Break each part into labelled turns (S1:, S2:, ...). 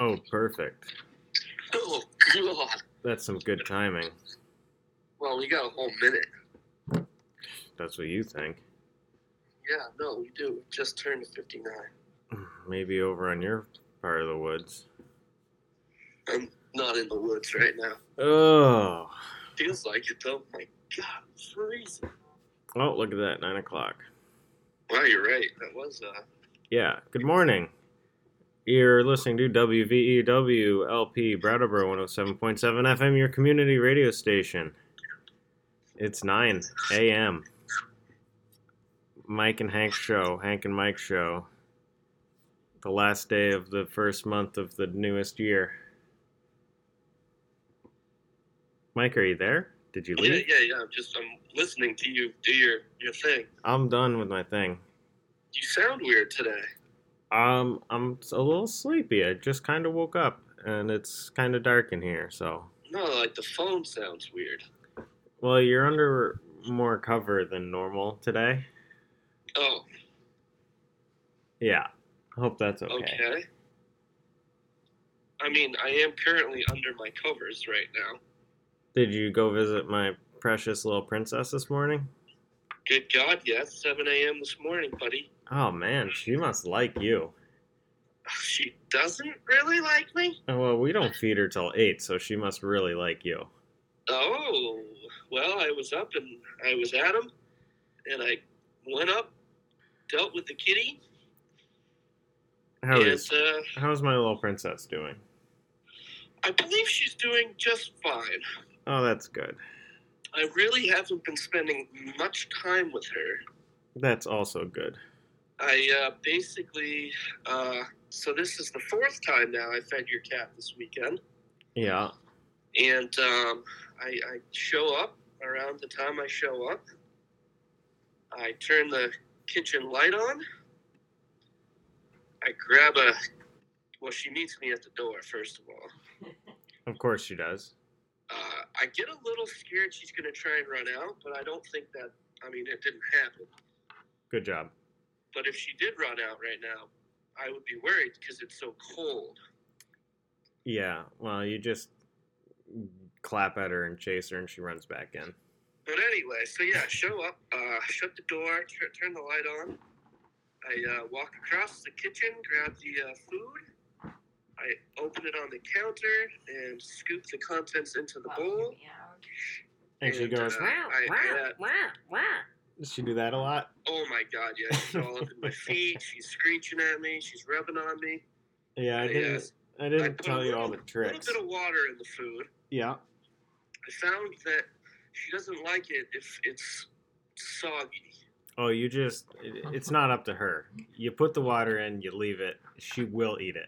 S1: Oh, perfect.
S2: Oh God!
S1: That's some good timing.
S2: Well, we got a whole minute.
S1: That's what you think.
S2: Yeah, no, we do. We just turned to fifty-nine.
S1: Maybe over on your part of the woods.
S2: I'm not in the woods right now.
S1: Oh.
S2: Feels like it though. My God, it's freezing.
S1: Oh, look at that. Nine o'clock.
S2: Wow, you're right. That was uh.
S1: Yeah. Good morning. You're listening to E WVEW LP Brattleboro 107.7 FM, your community radio station. It's 9 a.m. Mike and Hank's show, Hank and Mike show. The last day of the first month of the newest year. Mike, are you there? Did you
S2: Yeah,
S1: leave?
S2: yeah, yeah. I'm just I'm listening to you do your your thing.
S1: I'm done with my thing.
S2: You sound weird today.
S1: Um, I'm a little sleepy. I just kind of woke up, and it's kind of dark in here. So,
S2: No, like the phone sounds weird.
S1: well, you're under more cover than normal today.
S2: Oh,
S1: Yeah, I hope that's okay.
S2: okay. I mean, I am currently under my covers right now.
S1: Did you go visit my precious little princess this morning?
S2: Good God, yes, 7 a.m. this morning, buddy.
S1: Oh man, she must like you.
S2: She doesn't really like me.
S1: Oh, well, we don't feed her till eight, so she must really like you.
S2: Oh, well, I was up and I was at him, and I went up, dealt with the kitty,
S1: How
S2: and
S1: is
S2: uh,
S1: how's my little princess doing?
S2: I believe she's doing just fine.
S1: Oh, that's good.
S2: I really haven't been spending much time with her.
S1: That's also good.
S2: I uh, basically, uh, so this is the fourth time now I fed your cat this weekend,
S1: Yeah.
S2: and um, I, I show up around the time I show up. I turn the kitchen light on. I grab a. Well, she meets me at the door first of all.
S1: Of course she does.
S2: Uh, I get a little scared she's gonna try and run out, but I don't think that. I mean, it didn't happen.
S1: Good job.
S2: But if she did run out right now, I would be worried because it's so cold.
S1: Yeah, well, you just clap at her and chase her, and she runs back in.
S2: But anyway, so yeah, show up, uh, shut the door, tur turn the light on. I uh, walk across the kitchen, grab the uh, food. I open it on the counter and scoop the contents into the bowl.
S1: And she
S2: And,
S1: goes,
S2: uh,
S1: wow,
S2: I-
S1: wow,
S2: I, uh,
S1: wow, wow. Does she do that a lot?
S2: Oh my god, yeah, she's all up in my feet. She's screeching at me. She's rubbing on me.
S1: Yeah, I
S2: I, uh,
S1: didn't. I
S2: I
S1: didn't
S2: put a
S1: tell you all the
S2: little- A little
S1: tricks.
S2: bit of water in the food.
S1: Yeah.
S2: I found that she doesn't like it if it's soggy.
S1: Oh, you just. It, it's not up to her. You put the water in, you leave it. She will eat it.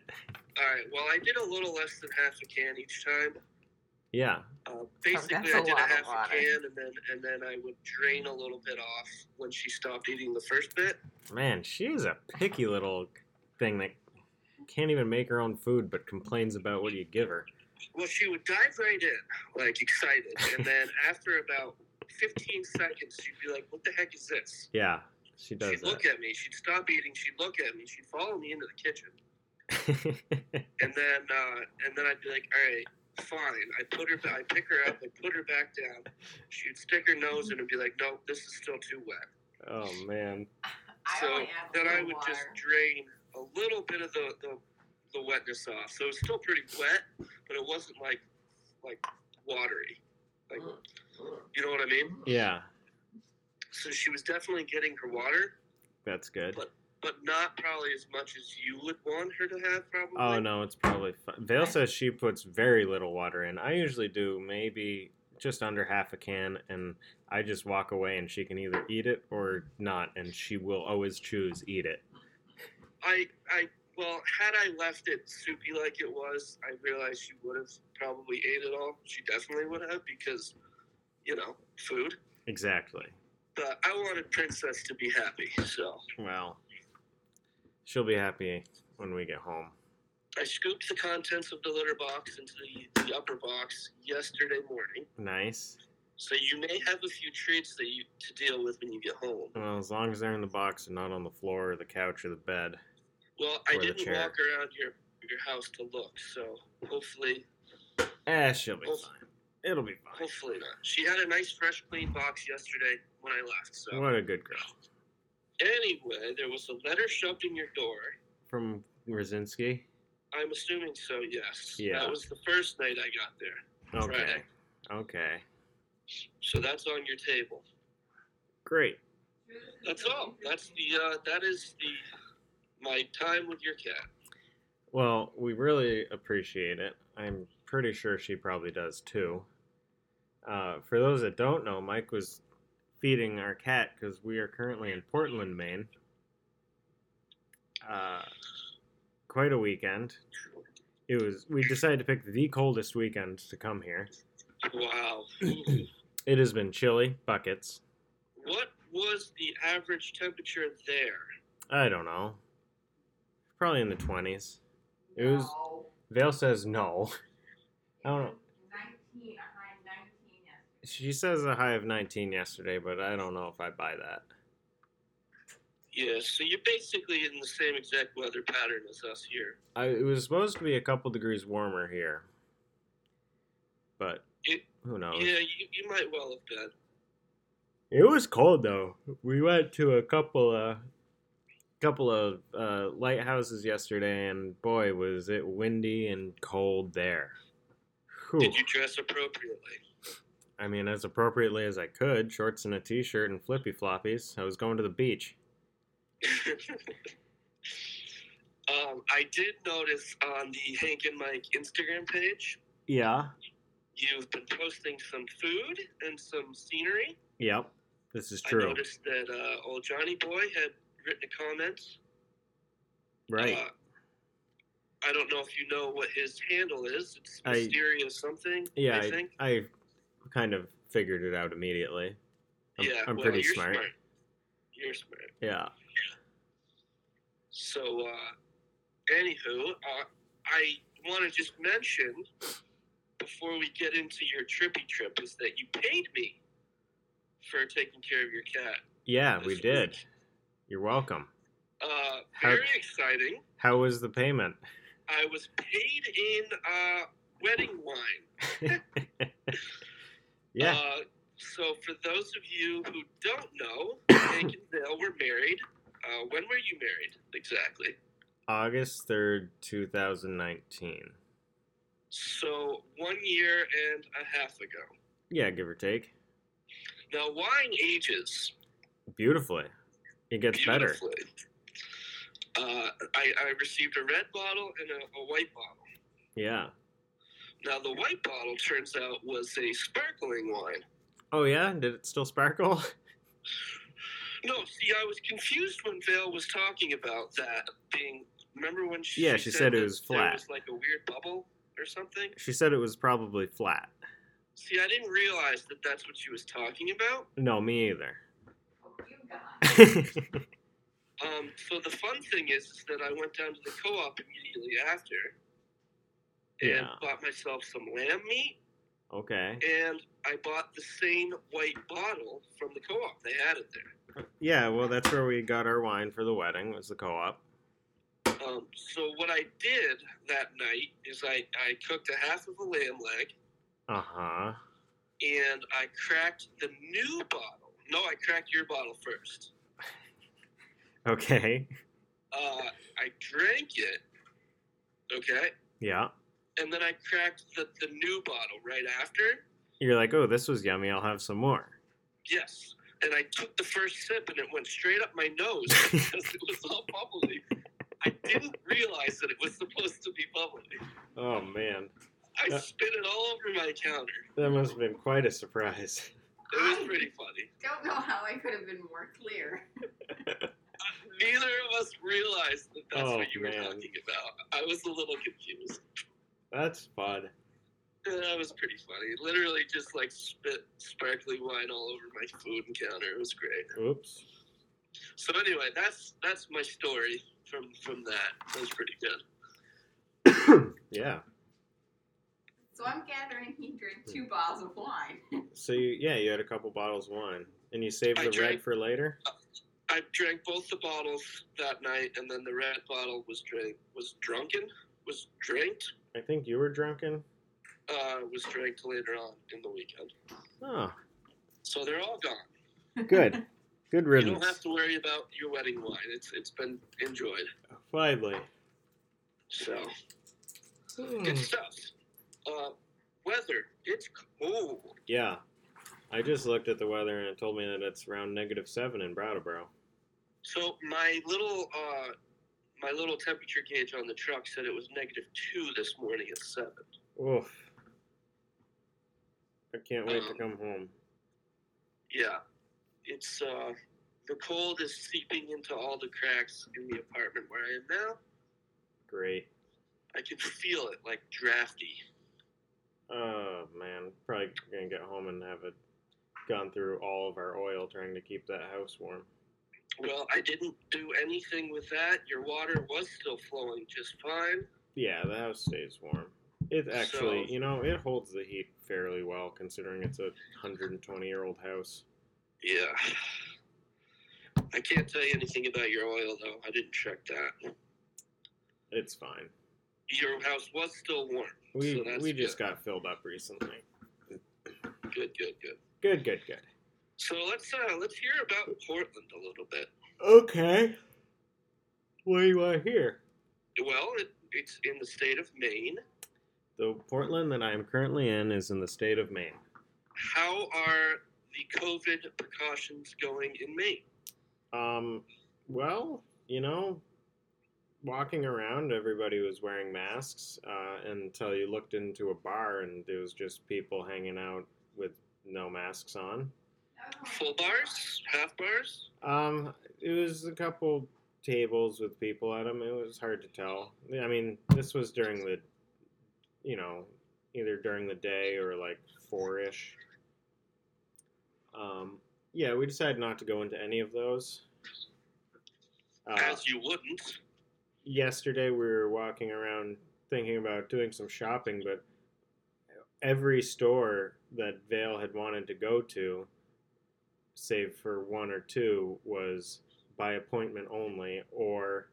S2: All right. Well, I did a little less than half a can each time.
S1: Yeah.
S2: Uh, basically,
S3: that's
S2: I
S3: a
S2: did a
S3: lot of
S2: half a
S3: water.
S2: can, and then and then I would drain a little bit off when she stopped eating the first bit.
S1: Man, she is a picky little thing that can't even make her own food, but complains about what you give her.
S2: Well, she would dive right in, like excited, and then after about fifteen seconds, she'd be like, "What the heck is this?"
S1: Yeah, she does
S2: She'd look at me. She'd stop eating. She'd look at me. She'd follow me into the kitchen,
S1: that.
S2: and then uh, and then I'd be like, "All right." Fine. I put her. I pick her up. I put her back down. She'd stick her nose in and be like, "No, this is still too wet."
S1: oh man.
S2: so then I would just drain a little bit of the, the, the wetness off. So it's still pretty wet, but it wasn't like like watery. Like you know what I mean?
S1: Yeah,
S2: So she was definitely getting her water,
S1: that's good.
S2: but not probably as much as you would want her to have probably.
S1: Oh no, it's probably fine. Vale says she puts very little water in. I usually do maybe just under half a can, and I just walk away, and she can either eat it or not, and she will always choose eat it.
S2: I I well, had I left it soupy like it was, I realized she would have probably ate it all. She definitely would have because you know, food.
S1: Exactly.
S2: But I wanted Princess to be happy, so
S1: Well, she'll be happy when we get home.
S2: I scooped the contents of the litter box into the, the upper box yesterday morning,
S1: Nice.
S2: so you may have a few treats that you to deal with when you get home.
S1: Well, as long as they're in the box and not on the floor or the couch or the bed.
S2: Well, I
S1: Or the
S2: didn't
S1: chair.
S2: walk around your your house to look. So hopefully,
S1: Eh, she'll be
S2: Oh.
S1: fine. It'll be fine.
S2: hopefully not. She had a nice, fresh, clean box yesterday when I left. So
S1: What a good girl.
S2: anyway, there was a letter shoved in your door.
S1: From Rosinski.
S2: I'm assuming so. Yes.
S1: Yeah.
S2: That was the first night I got there.
S1: Okay.
S2: Friday.
S1: Okay.
S2: So that's on your table.
S1: Great.
S2: That's all. That's the uh, that is the my time with your cat.
S1: Well, we really appreciate it. I'm pretty sure she probably does too. Uh, for those that don't know, Mike was feeding our cat because we are currently in Portland, Maine. Uh, quite a weekend. It was. We decided to pick the coldest weekend to come here.
S2: Wow.
S1: It has been chilly, buckets.
S2: what was the average temperature there?
S1: I don't know. Probably in the twenties. It was. Vale says no. I don't know.
S3: 19, I find 19 yesterday.
S1: She says a high of 19 yesterday, but I don't know if I buy that.
S2: Yeah, so you're basically in the same exact weather pattern as us here.
S1: I, it was supposed to be a couple degrees warmer here, but
S2: It-
S1: who knows?
S2: Yeah, you, you might well have been.
S1: It was cold though. We went to a couple of couple of uh, lighthouses yesterday, and boy, was it windy and cold there. Whew.
S2: Did you dress appropriately?
S1: I mean, as appropriately as I could, shorts and a t-shirt and flippy floppies. I was going to the beach.
S2: um, I did notice on the Hank and Mike Instagram page,
S1: Yeah.
S2: you've been posting some food and some scenery.
S1: Yep. This is
S2: I
S1: true.
S2: noticed that uh, old Johnny Boy had written a comment.
S1: Right.
S2: Uh, I don't know if you know what his handle is. It's
S1: I-
S2: mysterious something.
S1: Yeah,
S2: I think.
S1: I kind of figured it out immediately. I'm,
S2: yeah,
S1: I'm
S2: well,
S1: pretty
S2: you're
S1: smart.
S2: You're smart.
S1: Yeah.
S2: So, uh, anywho, uh, I want to just mention before we get into your trippy trip is that you paid me for taking care of your cat.
S1: Yeah,
S2: This
S1: we
S2: week.
S1: did. You're welcome.
S2: Uh,
S1: How-
S2: very exciting.
S1: How was the payment?
S2: I was paid in uh, wedding wine.
S1: Yeah.
S2: Uh, so, for those of you who don't know, Hank and Dale were married. Uh, when were you married exactly?
S1: August 3rd, 2019.
S2: So, one year and a half ago.
S1: Yeah, give or take.
S2: Now, wine ages
S1: Beautifully. It gets better.
S2: beautifully. Uh, I, I received a red bottle and a, a white bottle.
S1: Yeah.
S2: Now, the white bottle turns out was a sparkling wine.
S1: Oh, yeah? Did it still sparkle?
S2: No, see, I was confused when Vale was talking about that being. Remember when she?
S1: Yeah, she said it
S2: that
S1: was
S2: there
S1: flat.
S2: was like a weird bubble or something.
S1: she said it was probably flat.
S2: See, I didn't realize that that's what she was talking about.
S1: No, me either.
S3: Oh, you got
S2: Um, so the fun thing is, is that I went down to the co-op immediately after and
S1: Yeah.
S2: bought myself some lamb meat,
S1: okay.
S2: and I bought the same white bottle from the co-op. They had it there.
S1: Yeah, well, that's where we got our wine for the wedding, was the co op.
S2: Um, so what I did that night is I, I cooked a half of a lamb leg
S1: Uh huh.
S2: and I cracked the new bottle. No, I cracked your bottle first.
S1: Okay.
S2: Uh, I drank it. Okay.
S1: Yeah.
S2: and then I cracked the, the new bottle right after.
S1: You're like, oh, this was yummy. I'll have some more.
S2: Yes. And I took the first sip and it went straight up my nose because it was all bubbly. I didn't realize that it was supposed to be bubbly.
S1: Oh man,
S2: I
S1: Yeah.
S2: spit it all over my counter.
S1: that must have been quite a surprise.
S2: It was pretty funny.
S3: Don't know how I could have been more clear.
S2: Neither of us realized that that's
S1: Oh,
S2: what you were
S1: man.
S2: talking about. I was a little confused.
S1: That's fun.
S2: That was pretty funny. Literally just like spit sparkly wine all over my food counter. It was great.
S1: Oops.
S2: So anyway, that's that's my story from from that. That was pretty good.
S1: Yeah.
S3: So I'm gathering he drank two bottles of wine.
S1: So you, yeah, you had a couple bottles of wine, and you saved
S2: I
S1: the red
S2: drank-
S1: for later.
S2: I drank both the bottles that night, and then the red bottle was drank was drunken. was drank.
S1: I think you were drunken.
S2: Uh, was drank later on in the weekend.
S1: Oh,
S2: So they're all gone.
S1: good. Good
S2: You don't have
S1: riddance.
S2: to worry about your wedding wine. It's it's been enjoyed.
S1: Finally.
S2: So
S1: Hmm.
S2: good stuff. Uh, weather. It's cold.
S1: Yeah. I just looked at the weather and it told me that it's around negative seven in Brattleboro.
S2: So my little uh, my little temperature gauge on the truck said it was negative two this morning at seven.
S1: Oof. I can't wait to come home.
S2: Yeah, it's uh, the cold is seeping into all the cracks in the apartment where I am now.
S1: Great.
S2: I can feel it like drafty.
S1: Oh man, probably gonna get home and have it gone through all of our oil trying to keep that house warm.
S2: Well, I didn't do anything with that. Your water was still flowing just fine.
S1: Yeah, the house stays warm. It actually,
S2: So-
S1: you know, it holds the heat fairly well considering it's a 120 year old house.
S2: Yeah. I can't tell you anything about your oil though. I didn't check that.
S1: It's fine.
S2: Your house was still warm.
S1: We
S2: So that's
S1: we just got filled up recently.
S2: Good, good, good.
S1: Good, good, good.
S2: So let's uh let's hear about Portland a little bit.
S1: Okay. What do you want to hear?
S2: Well, it, it's in the state of Maine.
S1: The Portland that I am currently in is in the state of Maine.
S2: How are the COVID precautions going in Maine?
S1: Um, well, you know, walking around, everybody was wearing masks uh, until you looked into a bar and there was just people hanging out with no masks on.
S3: That was
S2: Full bars? Half bars?
S1: Um, it was a couple tables with people at them. It was hard to tell. I mean, this was during the, you know, either during the day or like four ish. Um, yeah, we decided not to go into any of those. Uh,
S2: As you wouldn't.
S1: yesterday we were walking around thinking about doing some shopping, but every store that Vale had wanted to go to, save for one or two, was by appointment only or,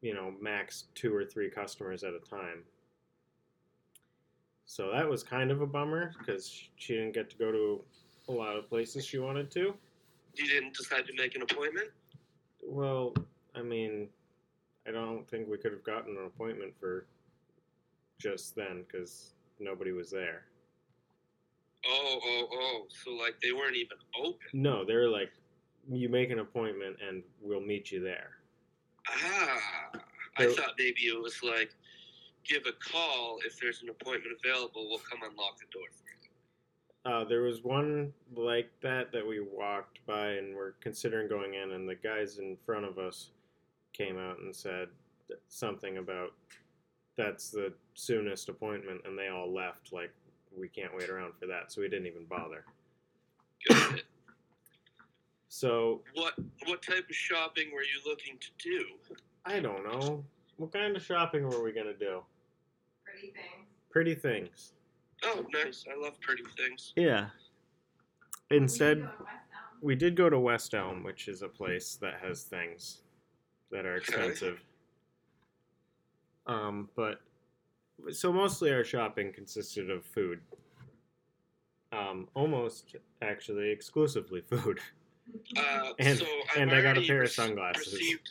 S1: you know, max two or three customers at a time. So that was kind of a bummer because she didn't get to go to a lot of places she wanted to.
S2: You didn't decide to make an appointment?
S1: Well, I mean, I don't think we could have gotten an appointment for just then because nobody was there.
S2: Oh, oh, oh. So, like, they weren't even open.
S1: No, they were like, you make an appointment and we'll meet you there.
S2: Ah. I
S1: So-
S2: thought maybe it was like, give a call. If there's an appointment available, we'll come unlock the door for you.
S1: Uh, there was one like that that we walked by and were considering going in, and the guys in front of us came out and said something about that's the soonest appointment, and they all left like we can't wait around for that, so we didn't even bother.
S2: Got it.
S1: So
S2: what, what type of shopping were you looking to do?
S1: I don't know. What kind of shopping were we gonna do?
S3: Pretty thing.
S1: Pretty things.
S2: Oh, nice. I love pretty things.
S1: Yeah.
S3: We
S1: Instead,
S3: can go in West Elm.
S1: we did go to West Elm, which is a place that has things that are expensive. Um, but so mostly our shopping consisted of food. Um, almost actually exclusively food.
S2: Uh,
S1: And-
S2: so
S1: and
S2: I've
S1: I got a
S2: already
S1: pair of
S2: rec-
S1: sunglasses.
S2: received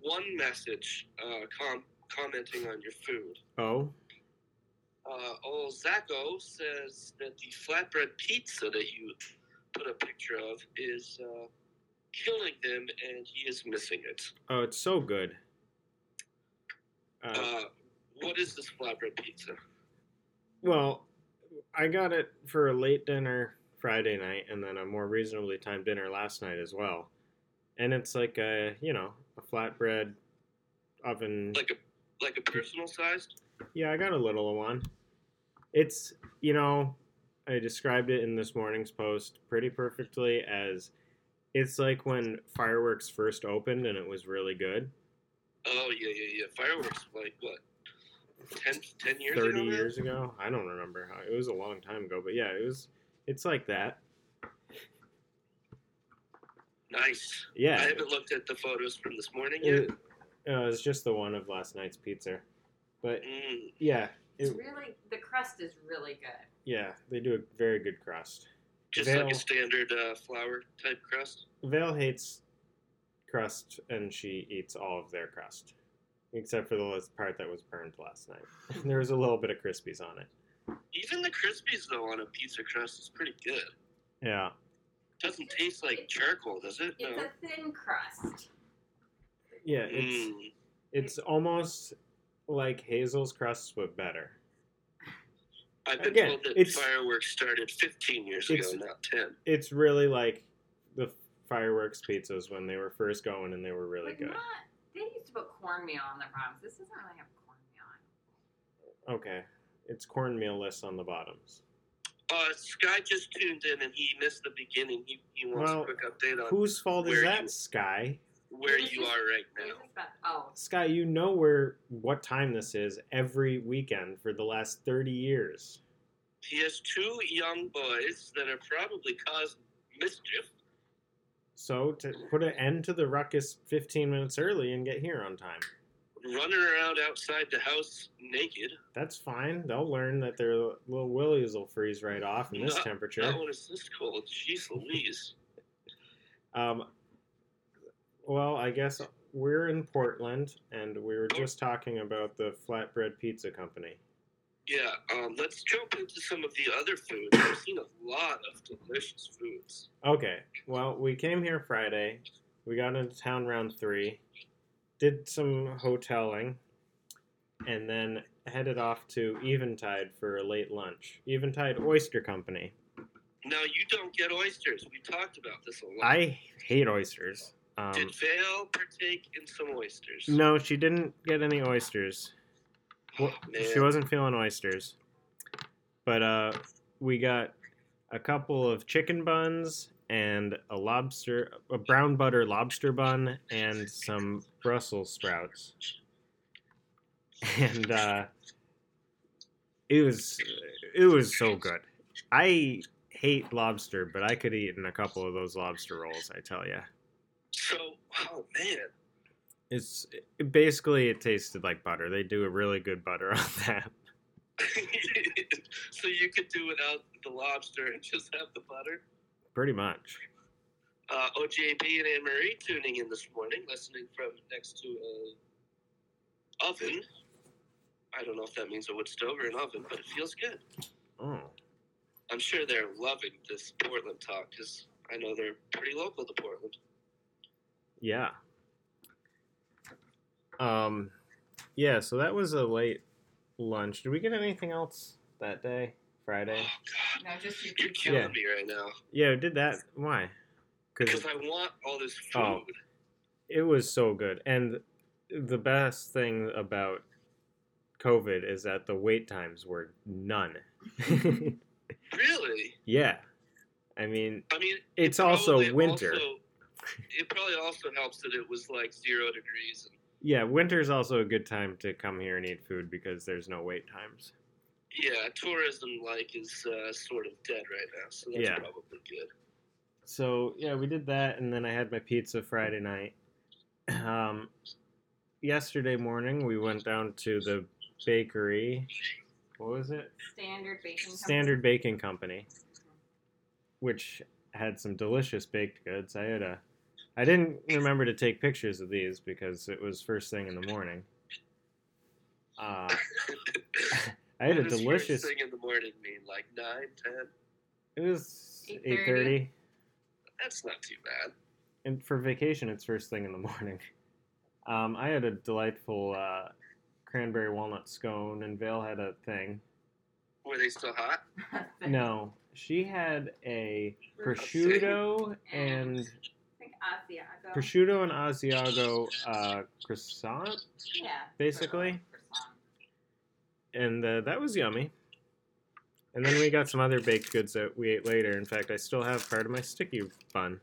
S2: one message uh, com- commenting on your food.
S1: Oh,
S2: Uh, old Zacho says that the flatbread pizza that you put a picture of is uh, killing him, and he is missing it.
S1: oh, it's so good. Uh,
S2: Uh, what is this flatbread pizza?
S1: Well, I got it for a late dinner Friday night and then a more reasonably timed dinner last night as well. And it's like a, you know, a flatbread oven.
S2: Like a like a personal sized?
S1: Yeah, I got a little one. It's, you know, I described it in this morning's post pretty perfectly as it's like when fireworks first opened and it was really good
S2: Oh yeah yeah yeah. Fireworks like what? 10, 10 years.
S1: 30
S2: ago now?
S1: years ago. I don't remember how. It was a long time ago, but yeah, it was it's like that.
S2: Nice.
S1: Yeah.
S2: I haven't looked at the photos from this morning yet.
S1: uh, It, uh, it's just the one of last night's pizza. But
S2: Mm.
S1: yeah,
S3: It's
S1: it-
S3: really the crust is really good.
S1: yeah, they do a very good crust.
S2: Just like
S1: They'll-
S2: a standard uh, flour type crust.
S1: Vale hates crust, and she eats all of their crust, except for the last part that was burned last night. there was a little bit of crispies on it.
S2: Even the crispies though on a pizza crust is pretty good.
S1: Yeah,
S2: Doesn't taste like charcoal, does it?
S3: It's
S2: No.
S3: a thin crust.
S1: yeah, it's
S2: Mm.
S1: it's almost like Hazel's crusts, but better.
S2: I've been
S1: Again,
S2: told that
S1: it's-
S2: fireworks started 15 years ago,
S1: it's-
S2: not 10.
S1: It's really like the fireworks pizzas when they were first going, and they were really
S3: But
S1: good.
S3: not they used to put cornmeal on their bottoms. This doesn't really have cornmeal on it.
S1: Okay, it's cornmeal less on the bottoms.
S2: Uh, Sky just tuned in and he missed the beginning. He, he wants
S1: Well,
S2: a quick update on
S1: Whose fault is
S2: where
S1: that,
S2: you-
S1: Sky?
S2: where
S3: This
S2: you
S3: is-
S2: are right
S3: They
S2: now.
S3: just got- Oh,
S1: Sky, you know where what time this is every weekend for the last thirty years.
S2: He has two young boys that are probably causing mischief.
S1: So to put an end to the ruckus 15 minutes early and get here on time.
S2: Running around outside the house naked.
S1: That's fine. They'll learn that their little willies will freeze right off in this
S2: No,
S1: temperature.
S2: That one is this cold. Jeez Louise.
S1: Um, well, I guess we're in Portland and we
S2: Oh.
S1: were just talking about the flatbread pizza company.
S2: Yeah, um, let's jump into some of the other foods. I've seen a lot of delicious foods.
S1: Okay. Well, we came here Friday. We got into town round three, did some hoteling, and then headed off to Eventide for a late lunch. Eventide Oyster Company.
S2: Now, you don't get oysters. We talked about this a lot.
S1: I hate oysters. Um,
S2: Did Vale partake in some oysters?
S1: no, she didn't get any oysters.
S2: Oh,
S1: Well,
S2: man.
S1: she wasn't feeling oysters. But uh, we got a couple of chicken buns and a lobster, a brown butter lobster bun, and some Brussels sprouts. And uh, it was it was so good. I hate lobster, but I could eat in a couple of those lobster rolls. I tell ya.
S2: So, oh man,
S1: It's it, basically it tasted like butter. They do a really good butter on that.
S2: so you could do without the lobster and just have the butter.
S1: Pretty much.
S2: Uh, OJB and Anne Marie tuning in this morning, listening from next to a oven. I don't know if that means a wood stove or an oven, but it feels good.
S1: Oh.
S2: I'm sure they're loving this Portland talk because I know they're pretty local to Portland.
S1: Yeah. Um yeah, so that was a late lunch. Did we get anything else that day? Friday?
S3: no, just your
S2: You're
S3: pizza.
S2: killing
S1: Yeah.
S2: me right now
S1: Yeah, we did that. Why? Cuz
S2: because I want all this food.
S1: Oh. it was so good. And the best thing about COVID is that the wait times were none.
S2: Really?
S1: yeah. I mean,
S2: I mean,
S1: it's
S2: probably
S1: also winter.
S2: also- it probably also helps that it was like zero degrees. And,
S1: Yeah, winter's also a good time to come here and eat food because there's no wait times.
S2: yeah, tourism like is uh, sort of dead right now, so that's
S1: Yeah.
S2: probably good.
S1: So yeah, we did that, and then I had my pizza Friday night. Um, yesterday morning, we went down to the bakery. What was it?
S3: Standard baking.
S1: Standard Baking Company, which had some delicious baked goods. I had a, I didn't remember to take pictures of these because it was first thing in the morning. Uh, I had
S2: What
S1: a
S2: does first
S1: delicious.
S2: thing in the morning mean like nine, ten.
S1: It was eight
S3: 8:30.
S1: thirty,
S2: That's not too bad.
S1: and for vacation, it's first thing in the morning. Um, I had a delightful uh, cranberry walnut scone, and Vale had a thing.
S2: Were they still hot?
S3: company.
S1: No, she had a
S3: We're-
S1: prosciutto and
S3: I think Asiago.
S1: prosciutto and Asiago uh, croissant,
S3: Yeah.
S1: basically.
S3: croissant.
S1: and uh, that was yummy. And then we got some other baked goods that we ate later. In fact, I still have part of my sticky bun.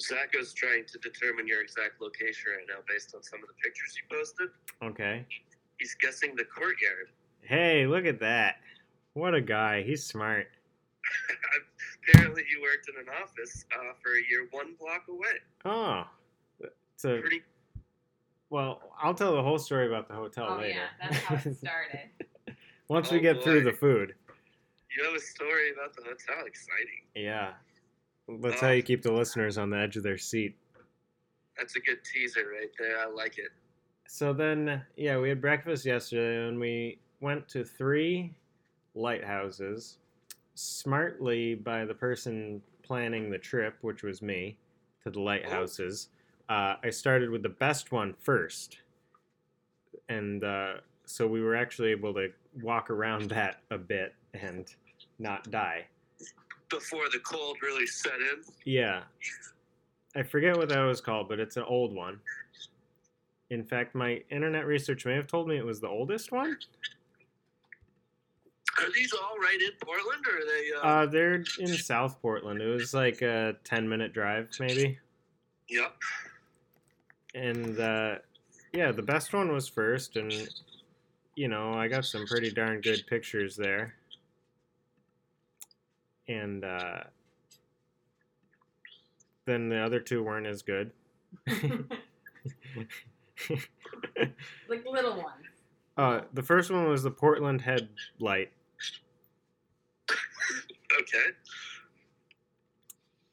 S2: Zacho's trying to determine your exact location right now based on some of the pictures you posted.
S1: Okay.
S2: He's guessing the courtyard.
S1: Hey, look at that! What a guy. He's smart.
S2: Apparently, you worked in an office uh, for a year one block away.
S1: Oh, so
S2: Pretty
S1: well, I'll tell the whole story about the hotel
S3: oh
S1: later.
S3: yeah, that's how it started.
S1: Once
S2: Oh,
S1: we get through
S2: boy.
S1: the food.
S2: You have a story about the hotel. Exciting.
S1: Yeah. That's how you keep the listeners on the edge of their seat.
S2: That's a good teaser right there. I like it.
S1: So then, yeah, we had breakfast yesterday and we went to three lighthouses, smartly by the person planning the trip, which was me, to the lighthouses. Uh, I started with the best one first. And uh, so we were actually able to walk around that a bit and not die.
S2: Before the cold really set in.
S1: Yeah. I forget what that was called, but it's an old one. In fact, my internet research may have told me it was the oldest one.
S2: Are these all right in Portland, or are they? Uh,
S1: Uh, they're in South Portland. It was like a 10 minute drive, maybe.
S2: yep.
S1: And uh, yeah, the best one was first, and you know, I got some pretty darn good pictures there. And uh, then the other two weren't as good.
S3: like little ones.
S1: Uh, the first one was the Portland headlight.
S2: Okay.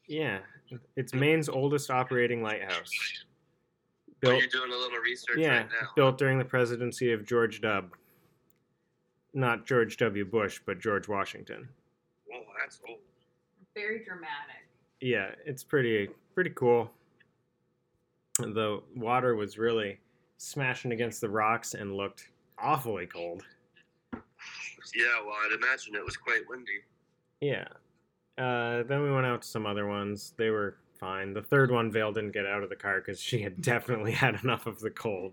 S1: Yeah, it's Maine's oldest operating lighthouse.
S2: Well,
S1: Built,
S2: you're doing a little research
S1: yeah,
S2: right now.
S1: built during the presidency of George W. Not George W. Bush, but George Washington.
S2: Whoa, that's old.
S3: Very dramatic.
S1: Yeah, it's pretty pretty cool. The water was really smashing against the rocks and looked awfully cold.
S2: Yeah, well, I'd imagine it was quite windy.
S1: Yeah. Uh, then we went out to some other ones. They were fine. The third one, Vale didn't get out of the car because she had definitely had enough of the cold.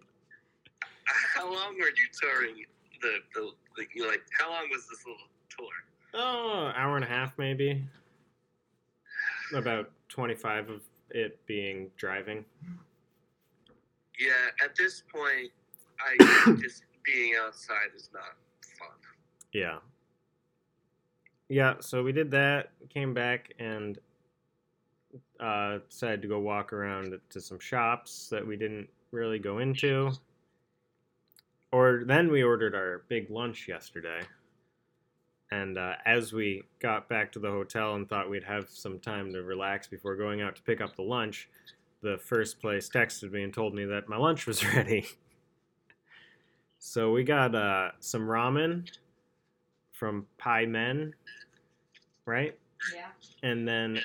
S2: How long were you touring the, the, the you know, like, how long was this little tour?
S1: Oh, hour and a half maybe. About 25 of it being driving.
S2: Yeah, at this point, I just being outside is not fun.
S1: Yeah. Yeah, so we did that, came back, and uh, decided to go walk around to some shops that we didn't really go into. Or then we ordered our big lunch yesterday. And uh, as we got back to the hotel and thought we'd have some time to relax before going out to pick up the lunch, the first place texted me and told me that my lunch was ready. so we got uh, some ramen from Pie Men, right?
S3: Yeah.
S1: And then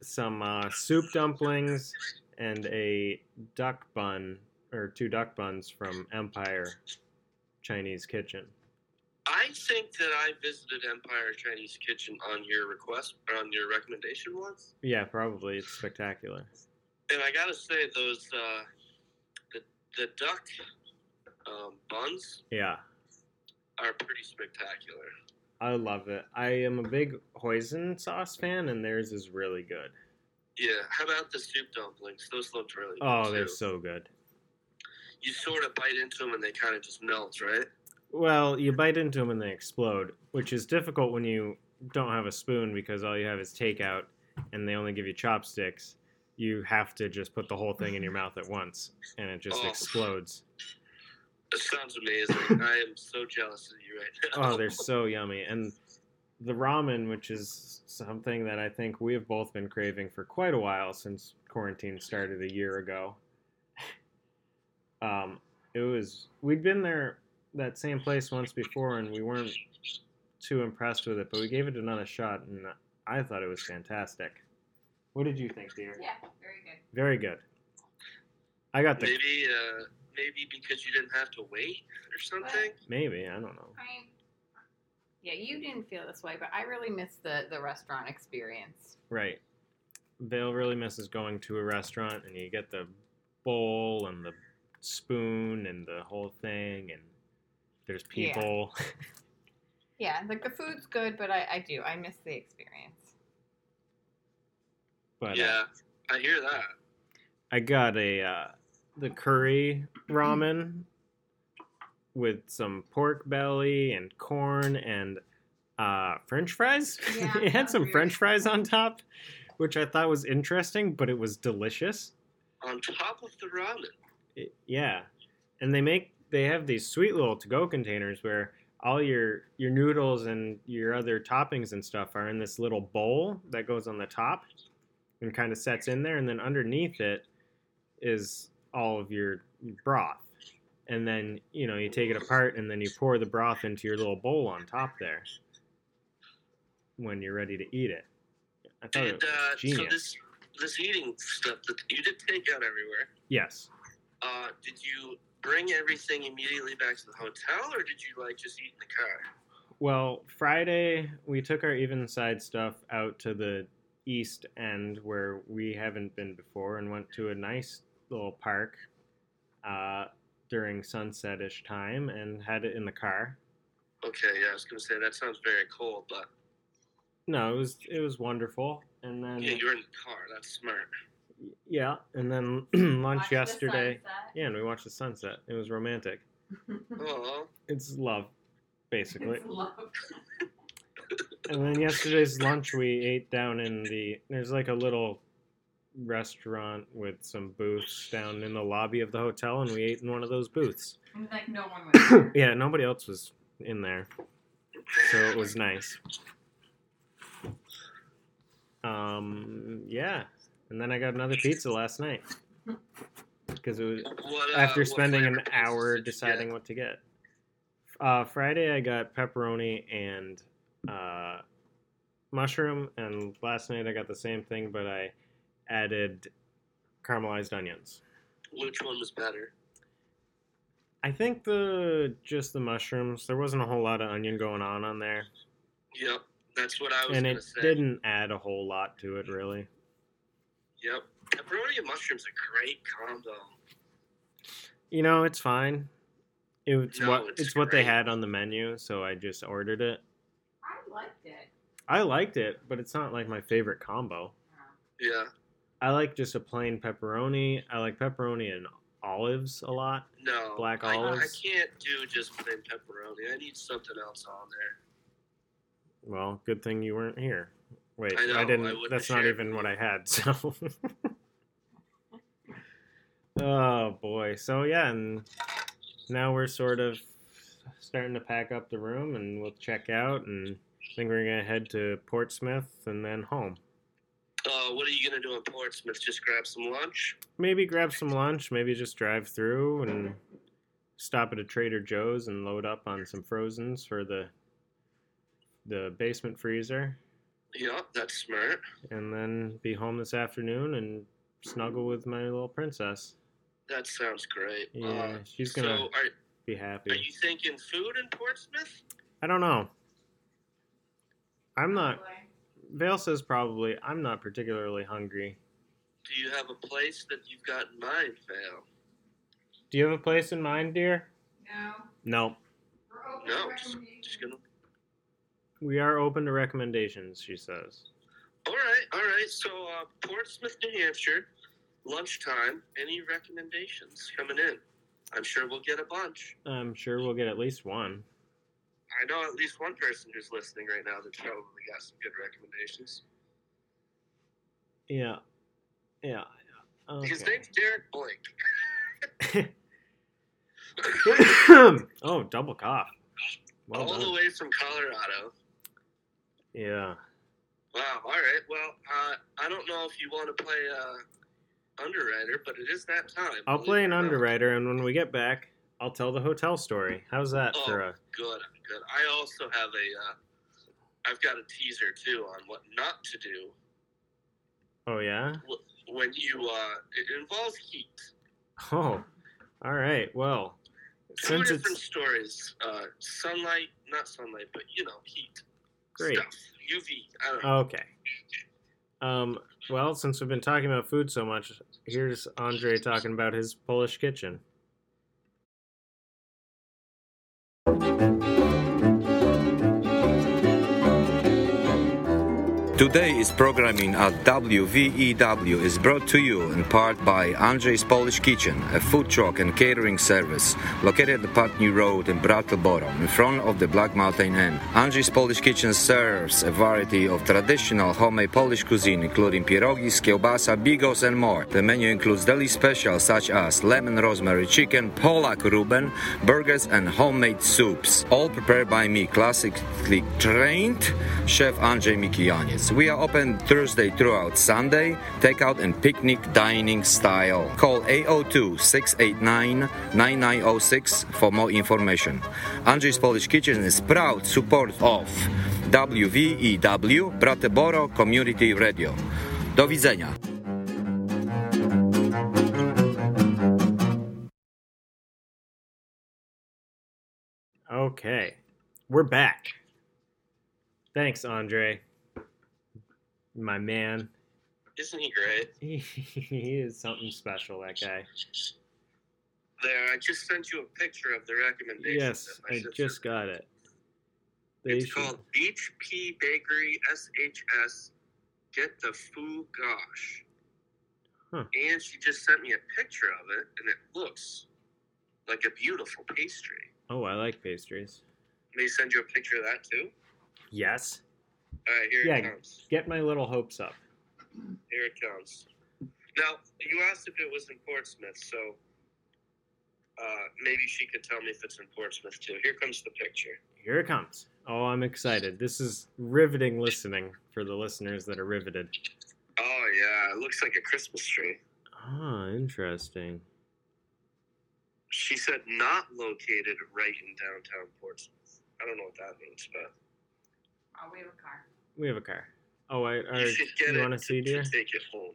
S1: some uh, soup dumplings and a duck bun or two duck buns from Empire Chinese Kitchen.
S2: I think that I visited Empire Chinese Kitchen on your request or on your recommendation once,
S1: Yeah, probably it's spectacular.
S2: and I gotta say those uh, the the duck um, buns
S1: Yeah,
S2: are pretty spectacular.
S1: I love it. I am a big hoisin sauce fan, and theirs is really good.
S2: Yeah, how about the soup dumplings? Those looked really good
S1: Oh,
S2: too.
S1: they're so good.
S2: you sort of bite into them and they kind of just melt, right?
S1: Well, you bite into them and they explode, which is difficult when you don't have a spoon because all you have is takeout and they only give you chopsticks. You have to just put the whole thing in your mouth at once and it just
S2: Oh.
S1: explodes.
S2: It sounds amazing. I am so jealous of you right now.
S1: Oh, they're so yummy. And the ramen, which is something that I think we have both been craving for quite a while since quarantine started a year ago. Um, it was we'd been there that same place once before and we weren't too impressed with it, but we gave it another shot and I thought it was fantastic. What did you think, dear?
S3: Yeah. Very good.
S1: Very good. I got the
S2: Maybe, uh, maybe because you didn't have to wait or something.
S1: maybe, I don't know.
S3: I. Yeah, you didn't feel this way, but I really miss the the restaurant experience.
S1: Right. Vale really misses going to a restaurant and you get the bowl and the spoon and the whole thing and there's
S3: Yeah.
S1: people.
S3: Yeah, like the food's good, but I, I do I miss the experience.
S1: But uh,
S2: yeah, I hear that.
S1: I got a uh, the curry ramen with some pork belly and corn and uh, French fries.
S3: Yeah,
S1: it had some
S3: weird.
S1: French fries on top, which I thought was interesting, but it was delicious.
S2: On top of the ramen.
S1: it- yeah and they make they have these sweet little to-go containers where all your your noodles and your other toppings and stuff are in this little bowl that goes on the top and kind of sets in there and then underneath it is all of your broth and then you know you take it apart and then you pour the broth into your little bowl on top there when you're ready to eat it i thought
S2: Did,
S1: it was
S2: uh, so
S1: Oh, genius
S2: this this eating stuff that you did take out everywhere.
S1: yes
S2: Uh, did you bring everything immediately back to the hotel, or did you like just eat in the car?
S1: Well, Friday we took our evenside stuff out to the east end where we haven't been before, and went to a nice little park uh, during sunset-ish time, and had it in the car.
S2: Okay, yeah, I was gonna say that sounds very cold, but
S1: No, it was it was wonderful, and then
S2: yeah, you're in the car. That's smart.
S1: yeah, and then lunch
S3: Watch the
S1: yesterday.
S3: sunset.
S1: Yeah, and we watched the sunset. It was romantic.
S2: Oh,
S1: It's love, basically.
S3: It's love.
S1: And then yesterday's lunch we ate down in the there's like a little restaurant with some booths down in the lobby of the hotel and we ate in one of those booths.
S3: And, like no one was there.
S1: Yeah, nobody else was in there. So it was nice. Um yeah. And then I got another pizza last night. Cuz it was
S2: what, uh,
S1: after
S2: what
S1: spending an
S2: flavor pizzas
S1: hour
S2: did you get?
S1: deciding what to get. Uh, Friday I got pepperoni and uh, mushroom, and last night I got the same thing, but I added caramelized onions.
S2: which one was better.
S1: I think the just the mushrooms. There wasn't a whole lot of onion going on on there,
S2: Yep, that's what I was
S1: and
S2: gonna
S1: it
S2: say.
S1: didn't add a whole lot to it really.
S2: Yep, pepperoni and mushrooms are great combo.
S1: You know, it's fine. It was
S2: No,
S1: what
S2: it's
S1: it's what they
S2: great.
S1: had on the menu, so I just ordered it.
S3: I liked it.
S1: I liked it, but it's not like my favorite combo.
S2: Yeah,
S1: I like just a plain pepperoni. I like pepperoni and olives a lot.
S2: no,
S1: Black
S2: I, I
S1: olives.
S2: can't do just plain pepperoni. I need something else on there.
S1: Well, good thing you weren't here. Wait,
S2: I
S1: I,
S2: know, I
S1: didn't.
S2: wouldn't
S1: that's
S2: have
S1: not
S2: shared.
S1: even what I had. So. oh boy. So yeah, and now we're sort of starting to pack up the room, and we'll check out, and I think we're gonna head to Portsmouth and then home.
S2: Uh, what are you gonna do in Portsmouth? Just grab some lunch.
S1: Maybe grab some lunch. Maybe just drive through and stop at a Trader Joe's and load up on some frozens for the the basement freezer.
S2: Yep, that's smart.
S1: and then be home this afternoon and snuggle with my little princess.
S2: That sounds great.
S1: Yeah,
S2: Uh,
S1: she's gonna
S2: So are,
S1: be
S2: are
S1: happy.
S2: you thinking food in Portsmouth?
S1: I don't know. I'm not.
S3: Probably.
S1: Vale says probably. I'm not particularly hungry.
S2: Do you have a place that you've got in mind, Val?
S1: Do you have a place in mind, dear?
S3: No.
S1: No.
S3: We're open
S2: No,
S3: to
S2: just-
S3: recommendations.
S2: Just gonna.
S1: We are open to recommendations, she says.
S2: All right, all right. So uh, Portsmouth, New Hampshire, lunchtime. Any recommendations coming in? I'm sure we'll get a bunch.
S1: I'm sure we'll get at least one.
S2: I know at least one person who's listening right now that's probably got some good recommendations.
S1: Yeah. Yeah. Okay.
S2: His name's Derek Blake.
S1: oh, double cough. Well
S2: all the
S1: done.
S2: way from Colorado.
S1: Yeah.
S2: Wow. All right. Well, uh, I don't know if you want to play uh, underwriter, but it is that time.
S1: I'll
S2: believe
S1: play
S2: it
S1: an
S2: or not.
S1: underwriter, and when we get back, I'll tell the hotel story. How's that for
S2: Oh.
S1: a?
S2: Good. Good. I also have a. Uh, I've got a teaser too on what not to do
S1: Oh yeah.
S2: when you. Uh, it involves heat.
S1: Oh, all right. Well,
S2: Two
S1: since
S2: different
S1: it's
S2: stories. Uh, sunlight, not sunlight, but you know, heat.
S1: Great. Uh,
S2: Stuff. UV. I don't know.
S1: okay. Um. Well, since we've been talking about food so much, here's Andre talking about his Polish kitchen.
S4: Today's programming at WVEW is brought to you in part by Andrej's Polish Kitchen, a food truck and catering service located at Putney Road in Brattleboro, in front of the Black Mountain Inn. Andrej's Polish Kitchen serves a variety of traditional homemade Polish cuisine, including pierogi, kiełbasa, bigos, and more. The menu includes deli specials such as lemon rosemary chicken, Polak Ruben, burgers, and homemade soups, all prepared by me, classically trained chef Andrzej Mikianiec. We are open Thursday throughout Sunday, takeout and picnic dining style. Call 802 689 9906 for more information. Andrzej's Polish Kitchen is proud support of WVEW Brateboro Community Radio. Do widzenia.
S1: Okay. We're back. Thanks, Andre. My man.
S2: Isn't he great?
S1: He is something special, that guy.
S2: There, I just sent you a picture of the recommendation.
S1: Yes,
S2: that my
S1: I
S2: sister-
S1: just got it. They
S2: It's
S1: should-
S2: called Beach P Bakery SHS. Get the foo gosh.
S1: Huh.
S2: And she just sent me a picture of it, and it looks like a beautiful pastry.
S1: Oh, I like pastries.
S2: May I send you a picture of that too?
S1: Yes.
S2: All right, here
S1: Yeah.
S2: it comes.
S1: Get my little hopes up.
S2: Here it comes. Now, you asked if it was in Portsmouth, so uh, maybe she could tell me if it's in Portsmouth too. Here comes the picture.
S1: Here it comes. Oh, I'm excited. This is riveting listening for the listeners that are riveted.
S2: Oh, yeah, it looks like a Christmas tree.
S1: Ah, interesting.
S2: She said not located right in downtown Portsmouth. I don't know what that means, but
S3: Oh, we have a car.
S1: We have a car. Oh, I, I
S2: you should get
S1: you
S2: it
S1: want to see,
S2: to
S1: dear?
S2: take it home.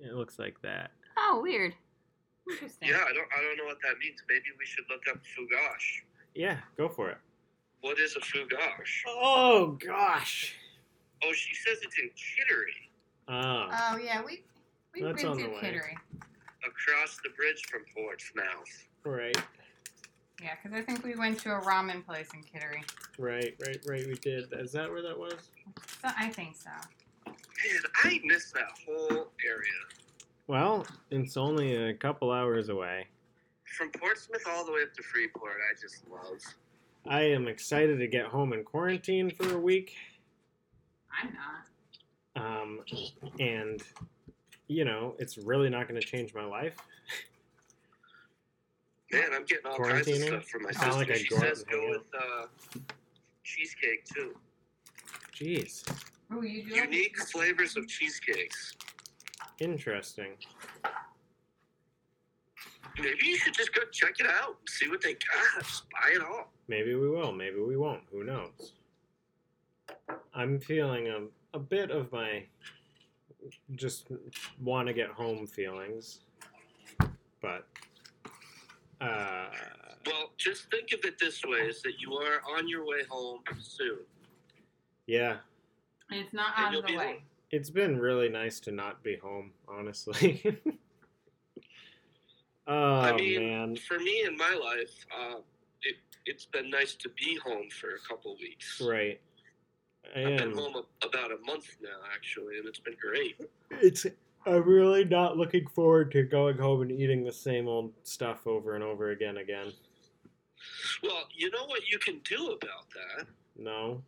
S1: It looks like that.
S3: Oh, weird. Interesting.
S2: Yeah, I don't, I don't know what that means. Maybe we should look up fougache.
S1: Yeah, go for it.
S2: What is a fougache?
S1: Oh gosh.
S2: Oh, she says it's in Kittery,
S1: Oh,
S3: Oh yeah, we we've
S1: That's
S3: been
S1: on
S3: to
S1: the way.
S3: Kittery.
S2: across the bridge from Portsmouth.
S1: right,
S3: Yeah, because I think we went to a ramen place in Kittery.
S1: right, right, right. We did. Is that where that was?
S3: So I think so.
S2: Man, I miss that whole area.
S1: Well, it's only a couple hours away.
S2: From Portsmouth all the way up to Freeport, I just love.
S1: I am excited to get home and quarantine for a week.
S3: I'm not.
S1: Um, and you know, it's really not going to change my life.
S2: Man, I'm getting all kinds of
S1: Quarantining?
S2: stuff from my
S1: Sound
S2: sister.
S1: like a
S2: she
S1: Gordon
S2: says go
S1: Hayward.
S2: with uh, cheesecake too.
S1: Jeez,
S3: Oh, you do. like-
S2: Unique flavors of cheesecakes.
S1: interesting.
S2: Maybe you should just go check it out and see what they got. Just buy it all.
S1: Maybe we will. Maybe we won't. Who knows? I'm feeling a, a bit of my just want to get home feelings, but uh,
S2: Well, just think of it this way: is that you are on your way home soon.
S1: yeah,
S3: And it's not
S2: And
S3: out
S2: you'll
S3: of
S2: be
S3: the way.
S1: it's been really nice to not be home, honestly. oh
S2: mean,
S1: man,
S2: For me, in my life, uh, it it's been nice to be home for a couple weeks.
S1: right? I
S2: I've been
S1: am.
S2: home a, about a month now, actually, and it's been great.
S1: It's. I'm really not looking forward to going home and eating the same old stuff over and over again. Again,
S2: Well, you know what you can do about that?
S1: no.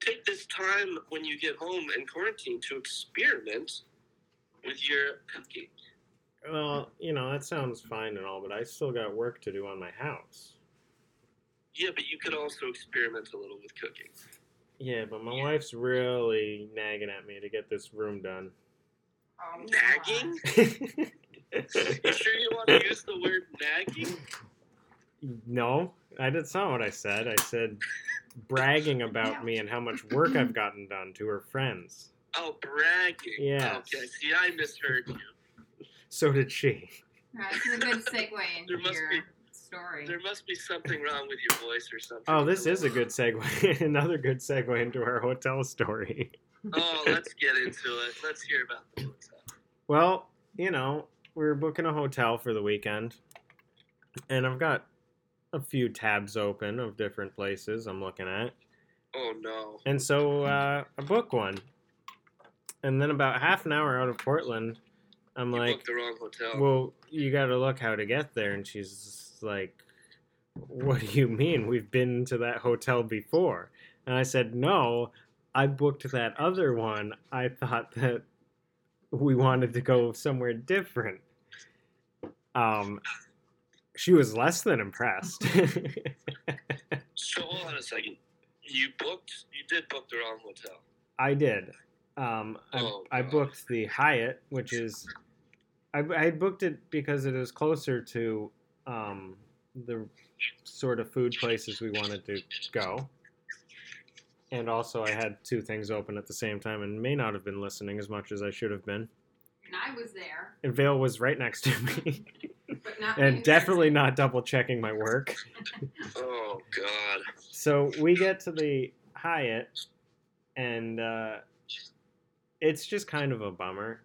S2: Take this time when you get home and quarantine to experiment with your cooking.
S1: Well, you know, that sounds fine and all, but I still got work to do on my house.
S2: Yeah, but you could also experiment a little with cooking.
S1: Yeah, but my wife's really nagging at me to get this room done.
S3: Oh, come
S2: Nagging?
S3: on.
S2: You sure you want to use the word nagging?
S1: no, I, that's not what I said. I said bragging about me and how much work I've gotten done to her friends.
S2: Oh, bragging.
S1: Yes.
S2: Okay, see, I misheard you.
S1: So did she.
S3: No, this is a good segue
S2: There
S3: into
S2: must
S3: your
S2: be-
S3: story.
S2: There must be something wrong with your voice or something.
S1: Oh, this is a good segue. Another good segue into our hotel story.
S2: Oh, let's get into it. Let's hear about the hotel.
S1: Well, you know, we were booking a hotel for the weekend, and I've got a few tabs open of different places I'm looking at.
S2: Oh no.
S1: And so uh, I book one. And then about half an hour out of Portland, I'm
S2: You
S1: like,
S2: booked the wrong hotel.
S1: well, you got to look how to get there. And she's just like, what do you mean? We've been to that hotel before. And I said, no, I booked that other one. I thought that we wanted to go somewhere different. Um, she was less than impressed.
S2: so hold on a second. You booked. You did book the wrong hotel.
S1: I did. Um, I,
S2: Oh,
S1: I
S2: God.
S1: booked the Hyatt, which is I, I booked it because it was closer to um, the sort of food places we wanted to go, and also I had two things open at the same time and may not have been listening as much as I should have been.
S3: And I was there,
S1: And Vale was right next to me,
S3: but not. being
S1: and
S3: there.
S1: definitely not double checking my work.
S2: Oh God.
S1: So we get to the Hyatt, and uh, it's just kind of a bummer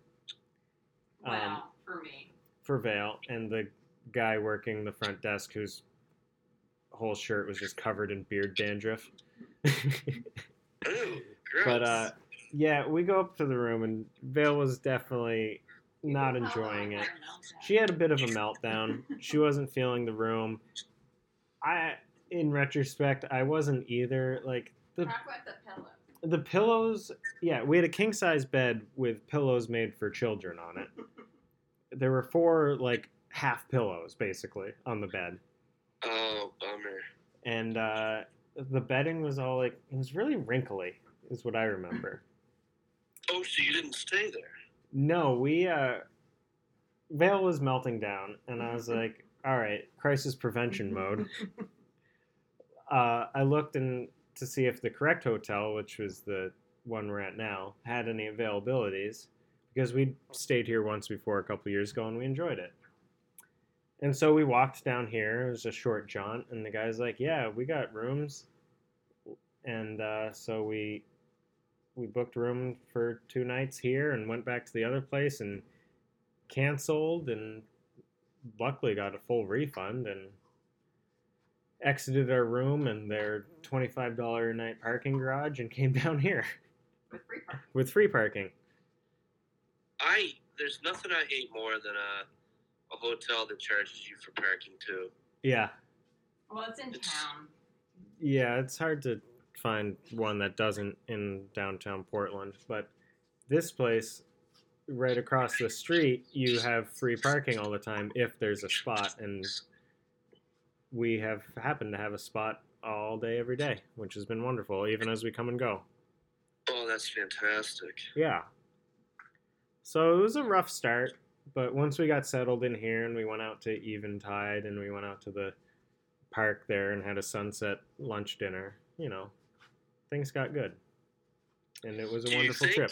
S3: Well,
S1: um,
S3: for me.
S1: for Vale and the guy working the front desk whose whole shirt was just covered in beard dandruff.
S2: Ooh, gross.
S1: but uh, yeah, we go up to the room and Vale was definitely not
S3: Oh,
S1: enjoying
S3: I
S1: it.
S3: don't know.
S1: She had a bit of a meltdown. She wasn't feeling the room. I, in retrospect, I wasn't either. Like the
S3: Talk about the pillow.
S1: the pillows yeah we had a king size bed with pillows made for children on it there were four like half pillows basically on the bed
S2: oh bummer.
S1: and uh, the bedding was all like it was really wrinkly is what i remember
S2: Oh, so you didn't stay there.
S1: no we uh veil was melting down and i was like all right crisis prevention mode uh, i looked in to see if the correct hotel which was the one we're at now had any availabilities because we stayed here once before a couple years ago and we enjoyed it and so we walked down here it was a short jaunt and the guy's like yeah we got rooms and uh, so we we booked room for two nights here and went back to the other place and canceled and luckily got a full refund and exited our room and their $25 a night parking garage and came down here
S3: With free parking.
S1: with free parking
S2: I there's nothing I hate more than a a hotel that charges you for parking too.
S1: yeah
S3: Well, it's in town.
S1: yeah it's hard to find one that doesn't in downtown portland but this place right across the street you have free parking all the time if there's a spot and we have happened to have a spot all day every day which has been wonderful even as we come and go
S2: Oh, that's fantastic.
S1: yeah so it was a rough start but once we got settled in here and we went out to eventide and we went out to the park there and had a sunset lunch dinner you know things got good and it was a
S2: Do you
S1: wonderful
S2: think-
S1: trip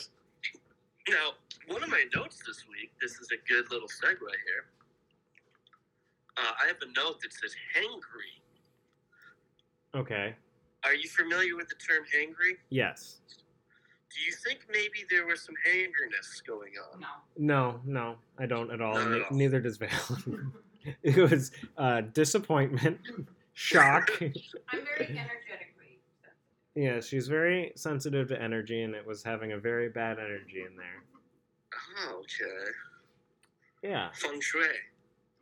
S2: Now, one of my notes this week, this is a good little segue here. Uh, I have a note that says hangry.
S1: okay
S2: Are you familiar with the term hangry?
S1: yes
S2: Do you think maybe there was some hangriness going on?
S3: No.
S1: no no i don't at all,
S2: Not
S1: Ne-
S2: at all.
S1: neither does vale it was uh, disappointment shock
S3: I'm very energetically sensitive.
S1: yeah she's very sensitive to energy and it was having a very bad energy in there
S2: Oh, okay.
S1: yeah
S2: Feng shui.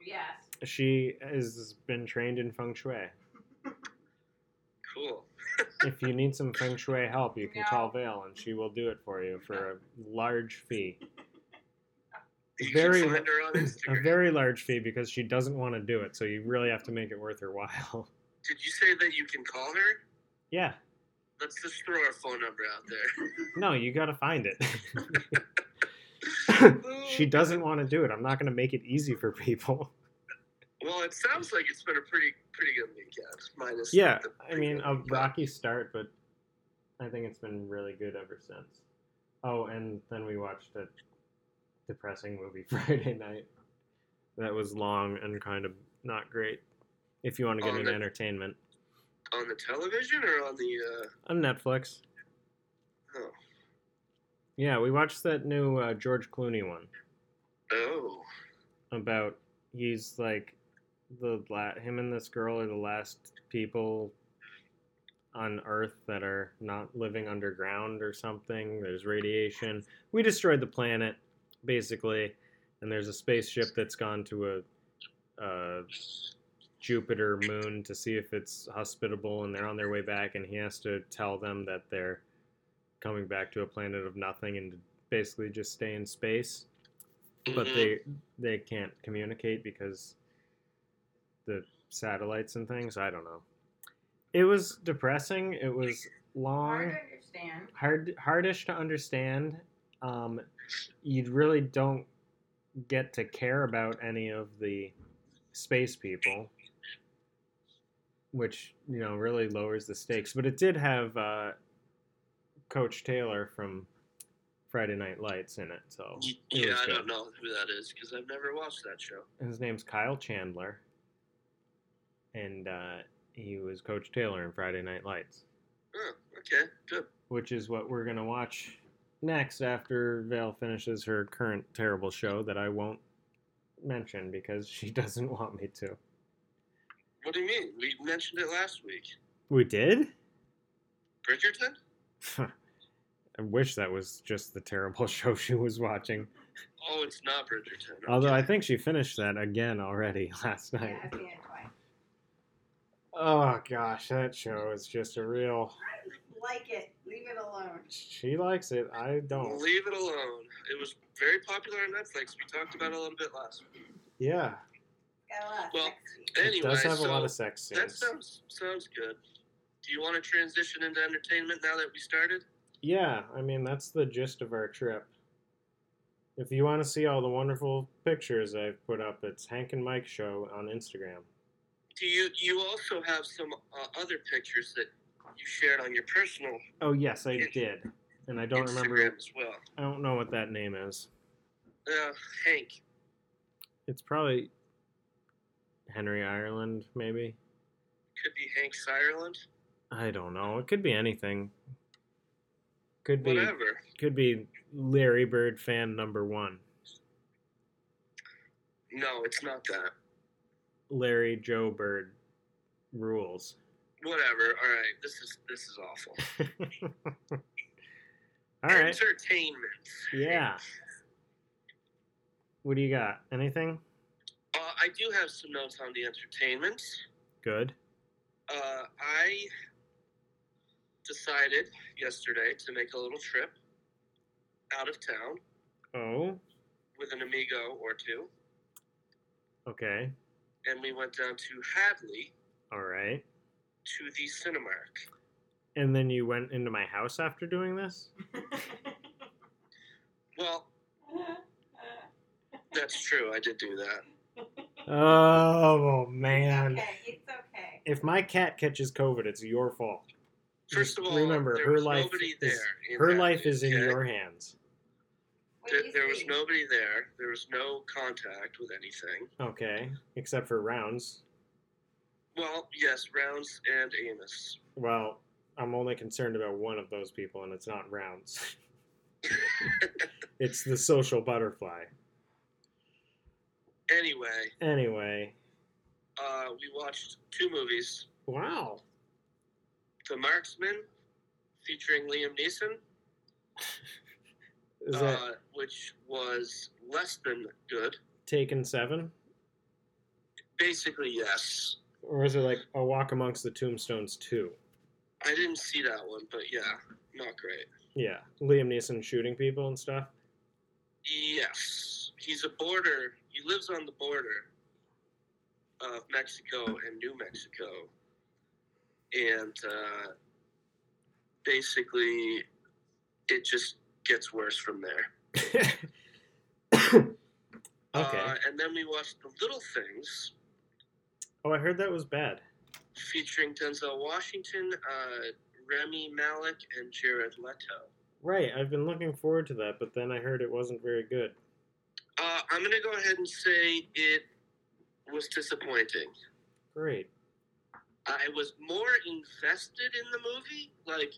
S3: Yes.
S1: she has been trained in feng shui
S2: Cool.
S1: if you need some feng shui help, you can
S3: No.
S1: call Vale and she will do it for you for a large fee.
S2: You
S1: Very-
S2: can find her on
S1: A
S2: Instagram.
S1: very large fee because she doesn't want to do it, so you really have to make it worth her while.
S2: Did you say that you can call her?
S1: Yeah.
S2: Let's just throw our phone number out there.
S1: No, you got to find it. she doesn't want to do it. I'm not going to make it easy for people.
S2: Well, it sounds like it's been a pretty pretty good weekend. Minus
S1: Yeah.
S2: the-
S1: I mean, a rocky start, but I think it's been really good ever since. Oh, and then we watched a depressing movie Friday night that was long and kind of not great. If you want to get
S2: On
S1: into
S2: the-
S1: entertainment
S2: on the television or on the.
S1: on Netflix,
S2: Uh, oh.
S1: yeah, we watched that new uh, George Clooney one
S2: oh,
S1: about he's like the la- him and this girl are the last people on Earth that are not living underground or something. There's radiation. We destroyed the planet, basically, and there's a spaceship that's gone to a, a Jupiter moon to see if it's hospitable, and they're on their way back, and he has to tell them that they're coming back to a planet of nothing and basically just stay in space. But
S2: Mhm.
S1: they they can't communicate because the satellites and things. I don't know. It was depressing. It was long
S3: Hard to understand.
S1: hard hardish to understand. Um, you really don't get to care about any of the space people, which you know really lowers the stakes. But it did have uh, Coach Taylor from Friday Night Lights in it, so it
S2: Yeah,
S1: was
S2: I
S1: good.
S2: don't know who that is because I've never watched that show.
S1: His name's Kyle Chandler, and uh, he was Coach Taylor in Friday Night Lights.
S2: Oh, okay, good.
S1: which is what we're going to watch next after Vale finishes her current terrible show that I won't mention because she doesn't want me to.
S2: What do you mean? We mentioned it last week.
S1: We did?
S2: Bridgerton?
S1: I wish that was just the terrible show she was watching.
S2: Oh, it's not Bridgerton. Okay.
S1: Although I think she finished that again already last
S3: Yeah,
S1: night.
S3: I've seen it twice.
S1: Oh gosh, that show is just a real.
S3: Like it. Leave it alone.
S1: She likes it. I don't.
S2: Leave it alone. It was very popular on Netflix. We talked about it a little bit last week.
S1: Yeah,
S3: Got a lot of
S2: Well,
S3: sex scenes.
S2: Anyway,
S1: it does have a
S2: so
S1: lot of sex
S2: that
S1: scenes.
S2: sounds sounds good. Do you want to transition into entertainment now that we started?
S1: Yeah, I mean that's the gist of our trip. If you want to see all the wonderful pictures I've put up, it's Hank and Mike Show on Instagram.
S2: Do you you also have some uh, other pictures that you shared on your personal
S1: Oh yes, I did, and I don't
S2: Instagram
S1: remember.
S2: as well?
S1: I don't know what that name is.
S2: Uh, Hank.
S1: It's probably Henry Ireland, maybe.
S2: Could be Hank Sireland.
S1: I don't know. It could be anything. Could be
S2: Whatever.
S1: could be Larry Bird fan number one.
S2: No, it's not that.
S1: Larry Joe Bird rules.
S2: Whatever. All right. This is this is awful.
S1: all right.
S2: Entertainment.
S1: Yeah. What do you got? Anything?
S2: Uh, I do have some notes on the entertainment.
S1: Good.
S2: Uh, I decided yesterday to make a little trip out of town
S1: Oh,
S2: with an amigo or two,
S1: okay.
S2: and we went down to Hadley
S1: All right.
S2: to the Cinemark.
S1: And then you went into my house after doing this?
S2: Well, that's true. I did do that.
S1: Oh,
S3: It's
S1: man.
S3: okay. It's okay.
S1: If my cat catches COVID, it's your fault.
S2: First
S1: Just
S2: of all,
S1: remember
S2: there
S1: her
S2: was
S1: life
S2: nobody
S1: is
S2: there in
S1: her
S2: Hadley,
S1: life is in
S2: okay?
S1: your hands.
S3: What
S2: There,
S3: do you
S2: there was
S3: see?
S2: nobody there. There was no contact with anything.
S1: Okay, except for rounds.
S2: Well, yes, Rounds and Amos.
S1: Well, I'm only concerned about one of those people, and it's not rounds. it's the social butterfly.
S2: Anyway,
S1: Anyway,
S2: uh, we watched two movies
S1: wow.
S2: The Marksman, featuring Liam Neeson,
S1: Is that
S2: uh, which was less than good.
S1: Taken 7?
S2: Basically, yes.
S1: Or is it like A Walk Amongst the Tombstones 2?
S2: I didn't see that one, but yeah, not great.
S1: Yeah. Liam Neeson shooting people and stuff.
S2: Yes, he's a border. He lives on the border of Mexico and New Mexico, and uh, basically, it just gets worse from there.
S1: okay.
S2: Uh, and then we watched The Little Things,
S1: oh, I heard that was bad.
S2: featuring Denzel Washington, uh, Remy Malik, and Jared Leto.
S1: Right. I've been looking forward to that, but then I heard it wasn't very good.
S2: Uh, I'm going to go ahead and say it was disappointing.
S1: Great.
S2: I was more invested in the movie. Like,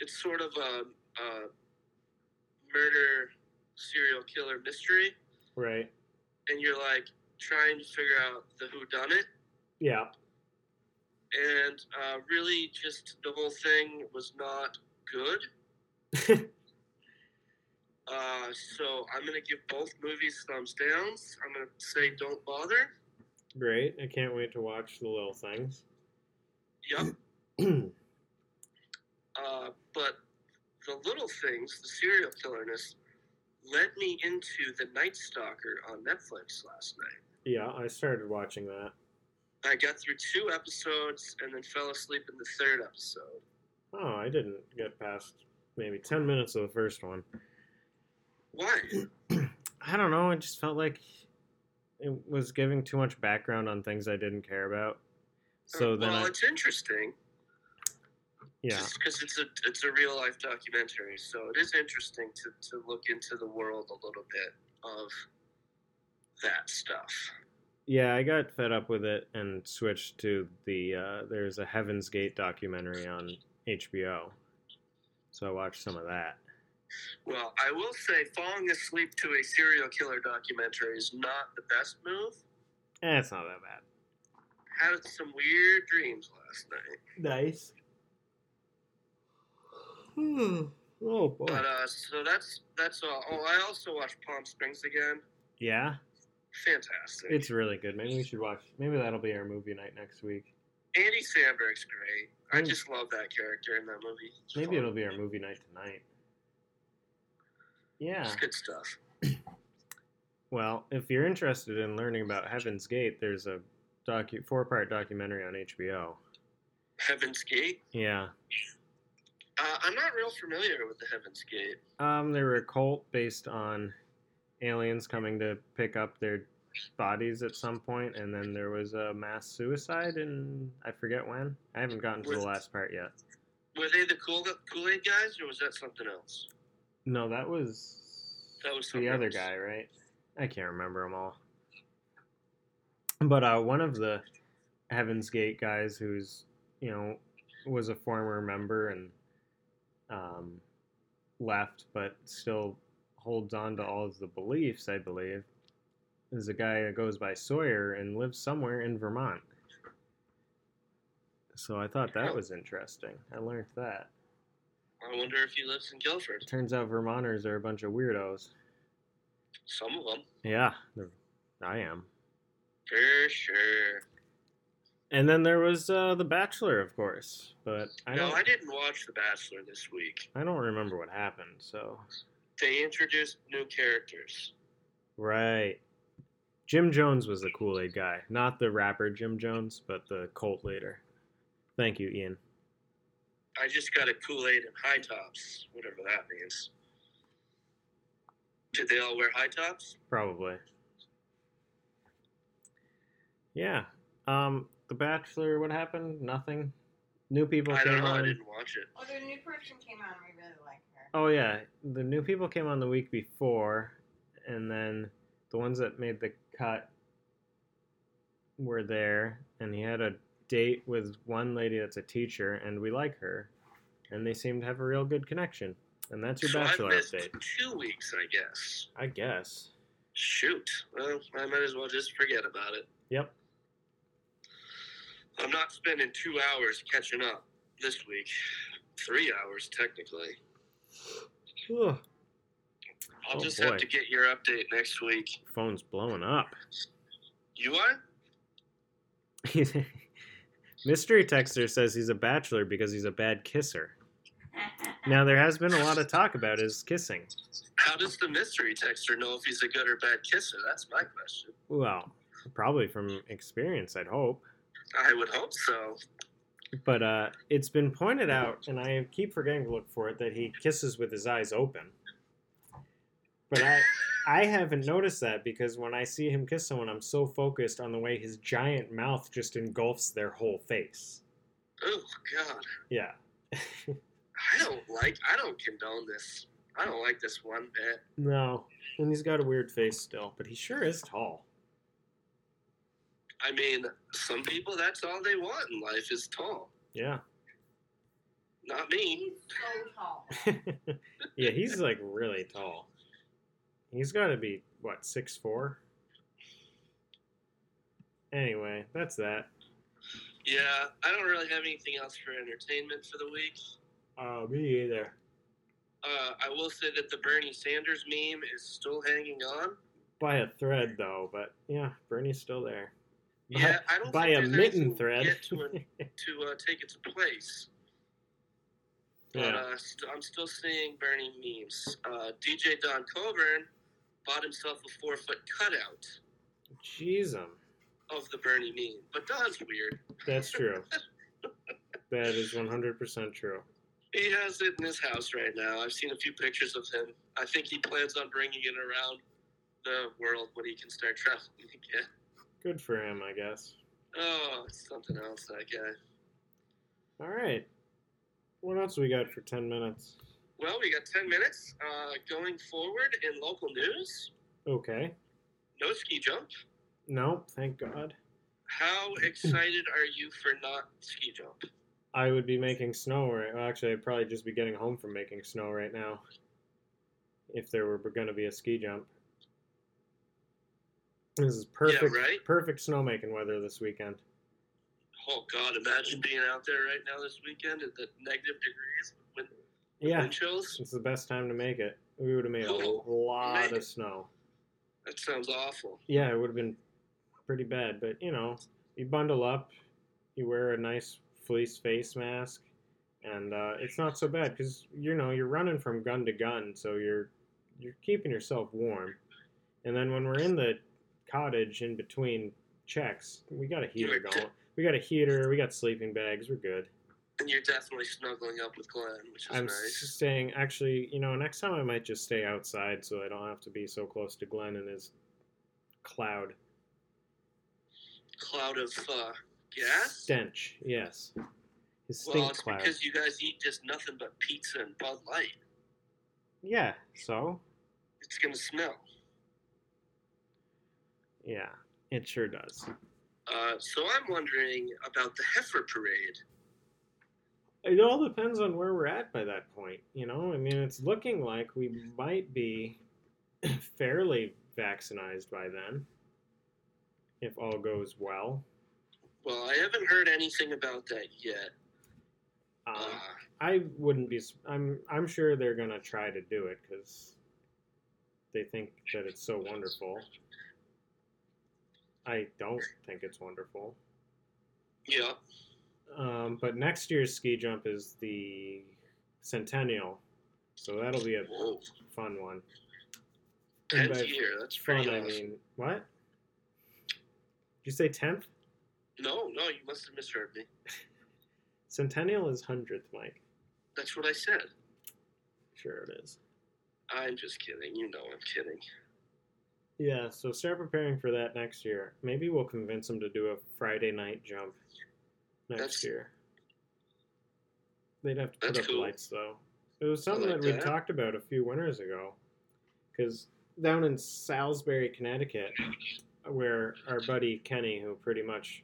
S2: it's sort of a, a murder, serial killer mystery,
S1: Right.
S2: and you're like trying to figure out the who done it.
S1: Yeah.
S2: and uh, really just the whole thing was not good. uh, so I'm gonna give both movies thumbs downs. I'm gonna say don't bother.
S1: Great. I can't wait to watch the little things.
S2: Yep. Uh, but the little things, the serial killerness, led me into the Night Stalker on Netflix last night.
S1: yeah, I started watching that.
S2: I got through two episodes and then fell asleep in the third episode.
S1: Oh, I didn't get past maybe 10 minutes of the first one.
S2: Why?
S1: I don't know. I just felt like it was giving too much background on things I didn't care about. So then,
S2: Uh, well,
S1: I,
S2: it's interesting.
S1: yeah,
S2: just because it's a it's a real life documentary, so it is interesting to, to look into the world a little bit of that stuff.
S1: yeah, I got fed up with it and switched to the. Uh, there's a Heaven's Gate documentary on HBO, so I watched some of that.
S2: Well, I will say, falling asleep to a serial killer documentary is not the best move.
S1: Eh, it's not that bad.
S2: Had some weird dreams last night,
S1: Nice. Hmm. Oh boy.
S2: but uh, so that's that's all. Oh, I also watched Palm Springs again.
S1: yeah,
S2: Fantastic.
S1: it's really good. Maybe we should watch. Maybe that'll be our movie night next week.
S2: Andy Samberg's great. I
S1: Mm.
S2: just love that character in that movie. It's
S1: Maybe
S2: fun.
S1: it'll be our movie night tonight. Yeah.
S2: It's good stuff.
S1: Well, if you're interested in learning about Heaven's Gate, there's a docu four-part documentary on HBO.
S2: Heaven's Gate.
S1: Yeah.
S2: Uh, I'm not real familiar with the Heaven's Gate.
S1: Um, they were a cult based on aliens coming to pick up their bodies at some point, and then there was a mass suicide, and I forget when. I haven't gotten to the last part yet.
S2: Were they the Kool Kool Aid guys, or was that something else?
S1: No, that was
S2: That was
S1: the
S2: something
S1: other
S2: else.
S1: guy, right? I can't remember them all. But uh, one of the Heaven's Gate guys, who's you know was a former member and um, left, but still holds on to all of the beliefs, I believe, is a guy that goes by Sawyer and lives somewhere in Vermont. So I thought that was interesting. I learned that.
S2: I wonder if he lives in Guilford.
S1: Turns out Vermonters are a bunch of weirdos.
S2: Some of them,
S1: Yeah, they're- I am.
S2: for sure.
S1: And then there was uh, The Bachelor, of course, but I
S2: no,
S1: don't,
S2: I didn't watch The Bachelor this week.
S1: I don't remember what happened. So
S2: They introduced new characters.
S1: right, Jim Jones was the Kool Aid guy, not the rapper Jim Jones, but the cult leader. Thank you, Ian.
S2: I just got a Kool Aid and high tops, whatever that means. Did they all wear high tops?
S1: Probably. Yeah. Um, The Bachelor. What happened? Nothing. New people
S2: I
S1: came
S2: don't know. I
S1: on.
S2: didn't watch it.
S3: Oh, the new person came on. We really like her.
S1: Oh yeah, the new people came on the week before, and then the ones that made the cut were there. And he had a date with one lady that's a teacher, and we like her, and they seem to have a real good connection. And that's your
S2: so
S1: bachelor
S2: I missed
S1: update,
S2: two weeks, I guess.
S1: I guess.
S2: Shoot. Well, I might as well just forget about it.
S1: Yep.
S2: I'm not spending two hours catching up this week. Three hours, technically.
S1: Ugh,
S2: I'll
S1: Oh,
S2: just
S1: boy.
S2: have to get your update next week.
S1: phone's blowing up.
S2: You are?
S1: Mystery texter says he's a bachelor because he's a bad kisser. Now there has been a lot of talk about his kissing.
S2: How does the mystery texter know if he's a good or bad kisser? That's my question.
S1: Well, probably from experience, I'd hope.
S2: I would hope so.
S1: But uh, it's been pointed out, and I keep forgetting to look for it, that he kisses with his eyes open. But I, I haven't noticed that because when I see him kiss someone, I'm so focused on the way his giant mouth just engulfs their whole face.
S2: Oh, God.
S1: Yeah.
S2: I don't like, I don't condone this. I don't like this one bit.
S1: No. And he's got a weird face still, but he sure is tall.
S2: I mean, some people, that's all they want in life is tall.
S1: Yeah.
S2: Not me.
S3: He's so tall.
S1: yeah, he's like really tall. He's got to be what six four. Anyway, that's that.
S2: Yeah, I don't really have anything else for entertainment for the week.
S1: Oh, me either.
S2: Uh, I will say that the Bernie Sanders meme is still hanging on.
S1: By a thread, though, but yeah, Bernie's still there. By-
S2: Yeah, I don't
S1: by
S2: think
S1: a
S2: there's
S1: mitten
S2: anything
S1: thread.
S2: yet to, to uh, take its place. But
S1: Yeah.
S2: uh, st- I'm still seeing Bernie memes. Uh, DJ Don Coburn bought himself a four foot cutout
S1: Jeez, um,
S2: of the Bernie meme, but Don's weird.
S1: that's true. that is 100% true.
S2: He has it in his house right now. I've seen a few pictures of him. I think he plans on bringing it around the world when he can start traveling again.
S1: Good for him, I guess.
S2: Oh, it's something else, that guy.
S1: All right. What else we got for 10 minutes?
S2: Well, we got 10 minutes. Uh, going forward in local news,
S1: Okay.
S2: no ski jump.
S1: No, thank God.
S2: How excited are you for not ski jump?
S1: I would be making snow right. Well, actually, I'd probably just be getting home from making snow right now. If there were going to be a ski jump, this is perfect.
S2: right?
S1: Perfect snowmaking weather this weekend.
S2: Oh, God, imagine being out there right now this weekend at the negative degrees with wind,
S1: Yeah,
S2: wind chills.
S1: it's the best time to make it. We would have made a lot of snow.
S2: That sounds awful.
S1: Yeah, it would have been pretty bad, but you know, you bundle up, you wear a nice fleece face mask, and uh, it's not so bad because you know you're running from gun to gun, so you're you're keeping yourself warm. And then when we're in the cottage in between checks, we got a heater
S2: You're de-
S1: going. We got a heater. We got sleeping bags. We're good.
S2: And you're definitely snuggling up with Glenn, which is
S1: I'm
S2: nice.
S1: staying. Actually, you know, next time I might just stay outside so I don't have to be so close to Glenn and his cloud
S2: Cloud of uh, gas?
S1: Stench, yes. His stink
S2: Well, it's
S1: cloud.
S2: because you guys eat just nothing but pizza and Bud Light.
S1: Yeah, so?
S2: It's going to smell.
S1: Yeah, it sure does.
S2: Uh, so I'm wondering about the heifer parade.
S1: It all depends on where we're at by that point, you know? I mean, it's looking like we might be fairly vaccinized by then, if all goes well.
S2: Well, I haven't heard anything about that yet.
S1: Um,
S2: Uh,
S1: I wouldn't be. s- I'm. I'm sure they're gonna try to do it because they think that it's so wonderful. I don't think it's wonderful.
S2: yeah.
S1: Um, but next year's ski jump is the centennial, so that'll be a
S2: Whoa.
S1: fun one. And
S2: Tenth
S1: by
S2: year. That's
S1: Fun,
S2: pretty
S1: I
S2: awesome.
S1: mean, what? Did you say tenth?
S2: No, no, you must have misheard me.
S1: Centennial is hundredth, Mike.
S2: That's what I said.
S1: Sure it is.
S2: I'm just kidding. You know I'm kidding.
S1: Yeah, so start preparing for that next year. Maybe we'll convince them to do a Friday night jump next
S2: That's-
S1: year. They'd have to put
S2: That's
S1: up
S2: cool.
S1: lights, though. It was something
S2: like
S1: that we
S2: that.
S1: talked about a few winters ago. Because down in Salisbury, Connecticut, where our buddy Kenny, who pretty much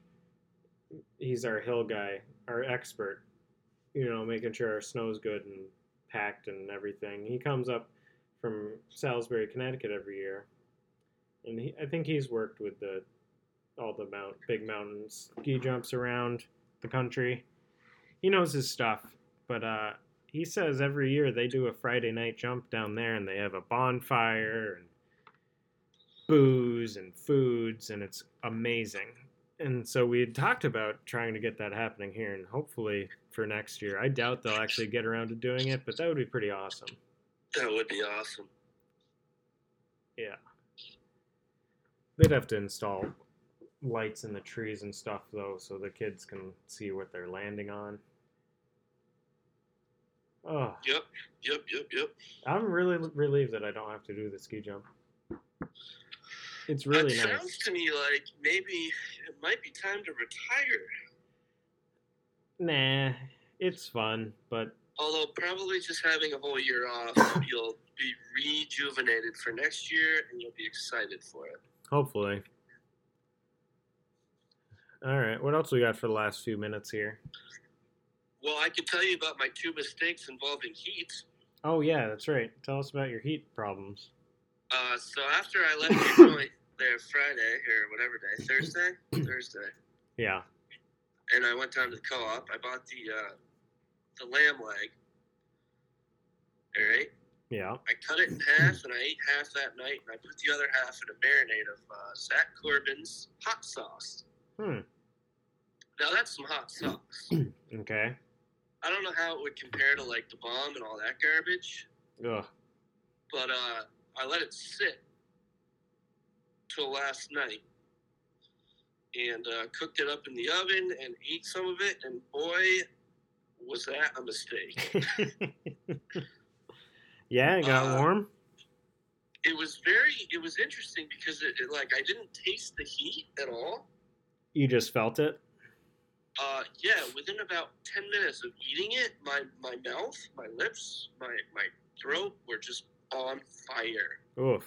S1: he's our hill guy, our expert, you know, making sure our snow's good and packed and everything. He comes up from Salisbury, Connecticut every year, and he, I think he's worked with the all the mount big mountains ski jumps around the country. He knows his stuff, but uh, he says every year they do a Friday night jump down there, and they have a bonfire and booze and foods, and it's amazing. And so we had talked about trying to get that happening here, and hopefully for next year. I doubt they'll actually get around to doing it, but that would be pretty awesome.
S2: That would be awesome.
S1: They'd have to install lights in the trees and stuff, though, so the kids can see what they're landing on. Oh,
S2: Yep, yep, yep, yep.
S1: I'm really relieved that I don't have to do the ski jump. It's really
S2: that
S1: nice.
S2: sounds to me like maybe it might be time to retire.
S1: Nah, it's fun, but
S2: Although probably just having a whole year off, you'll be rejuvenated for next year and you'll be excited for it.
S1: hopefully. All right, what else we got for the last few minutes here?
S2: Well, I could tell you about my two mistakes involving heat.
S1: Oh yeah, that's right. Tell us about your heat problems.
S2: Uh, so after I left your joint there Friday or whatever day, Thursday, Thursday,
S1: Yeah.
S2: and I went down to the co-op. I bought the uh, the lamb leg. All right,
S1: Yeah.
S2: I cut it in half, and I ate half that night, and I put the other half in a marinade of uh, Zach Corbin's hot sauce.
S1: Hmm.
S2: Now that's some hot sauce.
S1: Okay.
S2: I don't know how it would compare to like the bomb and all that garbage,
S1: Ugh.
S2: but uh, I let it sit till last night and uh, cooked it up in the oven and ate some of it. And boy, was that a mistake!
S1: yeah, it got
S2: Uh,
S1: warm.
S2: It was very, it was interesting because it, it like I didn't taste the heat at all.
S1: You just felt it.
S2: Uh, yeah, within about ten minutes of eating it, my my mouth, my lips, my my throat were just on fire.
S1: Oof.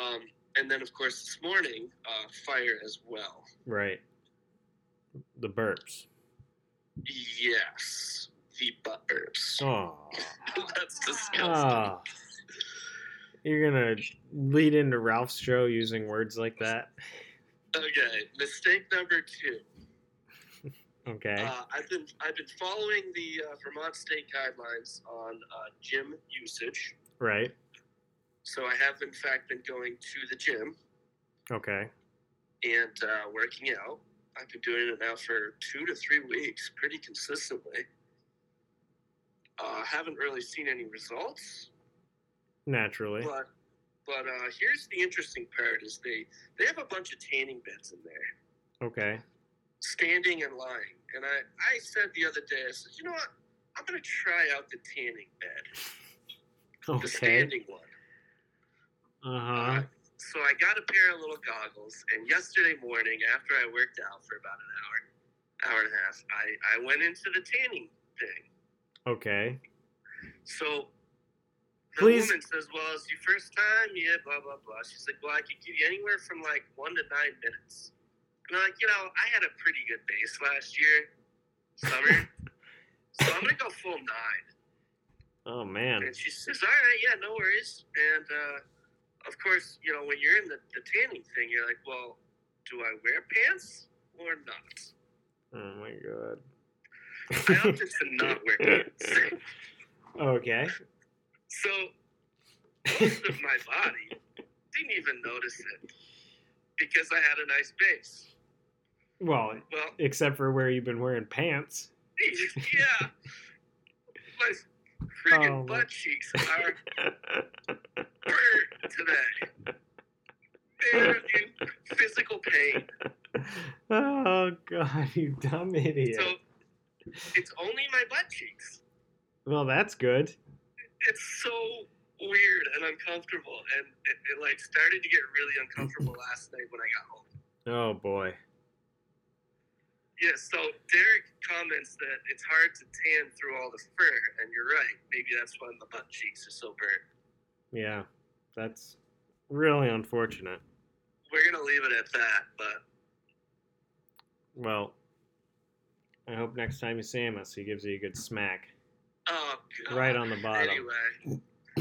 S2: Um, and then, of course, this morning, uh, fire as well.
S1: Right. The burps.
S2: Yes, the butt burps.
S1: Oh.
S2: That's disgusting.
S1: Oh. You're gonna lead into Ralph's show using words like that.
S2: Okay, mistake number two.
S1: Okay.
S2: Uh, I've been I've been following the uh, Vermont state guidelines on uh, gym usage,
S1: right.
S2: so I have in fact been going to the gym
S1: Okay.
S2: and uh, working out. I've been doing it now for two to three weeks, pretty consistently. Uh, haven't really seen any results.
S1: Naturally.
S2: But but uh, here's the interesting part: is they they have a bunch of tanning beds in there,
S1: Okay.
S2: standing and lying. And I I said the other day, I said, you know what? I'm gonna try out the tanning bed, the
S1: Okay.
S2: standing one.
S1: Uh huh.
S2: Um, So I got a pair of little goggles, and yesterday morning, after I worked out for about an hour, hour and a half, I I went into the tanning thing.
S1: Okay.
S2: So the
S1: Please-
S2: woman says, "Well, it's your first time, yeah, blah blah blah." She's like, "Well, I could give you anywhere from like one to nine minutes." And I'm like, you know, I had a pretty good base last year, summer, so I'm gonna go full nine.
S1: Oh man.
S2: And she says, "All right, yeah, no worries." And uh, of course, you know, when you're in the, the tanning thing, you're like, "Well, do I wear pants or not?"
S1: Oh my god.
S2: I opted to not wear pants.
S1: okay.
S2: so most of my body didn't even notice it because I had a nice base.
S1: Well,
S2: Well,
S1: except for where you've been wearing pants.
S2: yeah, my friggin'
S1: Oh, my-
S2: butt cheeks are burnt today. They're in physical pain.
S1: oh god, you dumb idiot.
S2: So it's only my butt cheeks.
S1: well, that's good.
S2: It's so weird and uncomfortable, and it, it like started to get really uncomfortable last night when I got home.
S1: Oh boy.
S2: Yeah, so Derek comments that it's hard to tan through all the fur, and you're right. Maybe that's why the butt cheeks are so burnt.
S1: Yeah. That's really unfortunate.
S2: We're gonna leave it at that, but
S1: Well, I hope next time you see him, he gives you a good smack
S2: oh, God.
S1: right on the bottom.
S2: Anyway,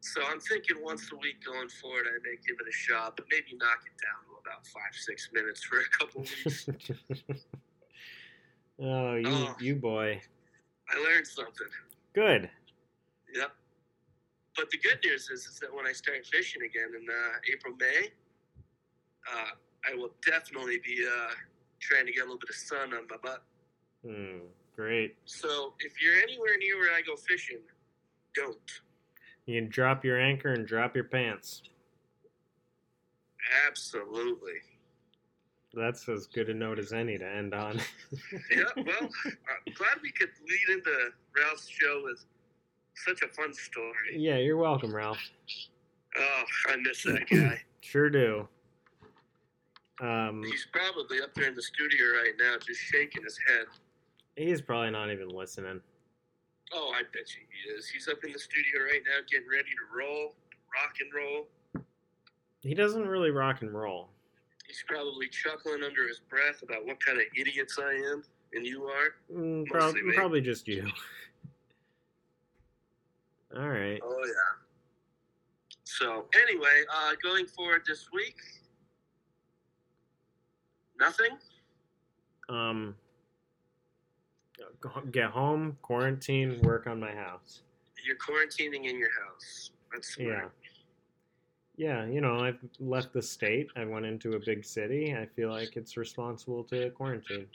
S2: so I'm thinking once a week going forward, I may give it a shot, but maybe knock it down to about five, six minutes for a couple weeks.
S1: oh, you
S2: Oh.
S1: you boy.
S2: I learned something.
S1: Good.
S2: Yep. But the good news is, is that when I start fishing again in uh, April, May, uh, I will definitely be uh, trying to get a little bit of sun on my butt.
S1: Hmm, great.
S2: So if you're anywhere near where I go fishing, don't.
S1: You can drop your anchor and drop your pants.
S2: Absolutely.
S1: That's as good a note as any to end on.
S2: yeah, well, I'm glad we could lead into Ralph's show with such a fun story.
S1: yeah, you're welcome, Ralph.
S2: Oh, I miss that guy.
S1: Sure do. Um,
S2: He's probably up there in the studio right now just shaking his head.
S1: he's probably not even listening.
S2: Oh, I bet you he is. He's up in the studio right now getting ready to roll, rock and roll.
S1: He doesn't really rock and roll.
S2: He's probably chuckling under his breath about what kind of idiots I am and you are.
S1: Mm,
S2: Mostly
S1: prob-
S2: me.
S1: probably just you. All right.
S2: Oh, yeah. So, anyway, uh, going forward this week, nothing.
S1: um, get home, quarantine, work on my house.
S2: You're quarantining in your house. That's
S1: Yeah.
S2: smart.
S1: Yeah, you know, I've left the state. I went into a big city. I feel like it's responsible to quarantine.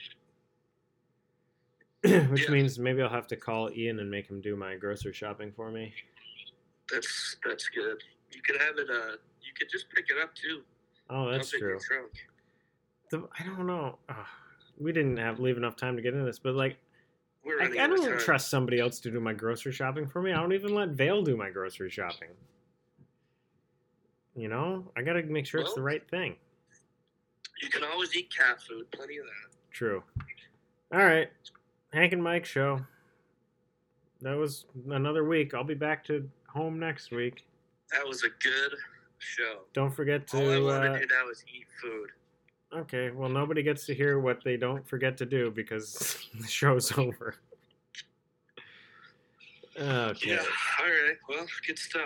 S1: Which
S2: Yeah.
S1: means maybe I'll have to call Ian and make him do my grocery shopping for me.
S2: That's that's good. You could have it. Uh, you could just pick it up too.
S1: Oh, that's
S2: Dump it in
S1: true.
S2: your trunk.
S1: The, I don't know. Ugh, we didn't have leave enough time to get into this, but like,
S2: We're
S1: I,
S2: running
S1: I
S2: out of
S1: don't
S2: time.
S1: trust somebody else to do my grocery shopping for me. I don't even let Vale do my grocery shopping. You know, I gotta make sure it's the
S2: Well-
S1: right thing.
S2: You can always eat cat food. Plenty of that.
S1: True. All right, Hank and Mike show. That was another week. I'll be back to home next week.
S2: That was a good show.
S1: Don't forget
S2: All I
S1: to.
S2: want to
S1: Uh,
S2: do now is eat food.
S1: okay, well, nobody gets to hear what they don't forget to do because the show's over. Okay.
S2: Yeah. All right. Well, good stuff.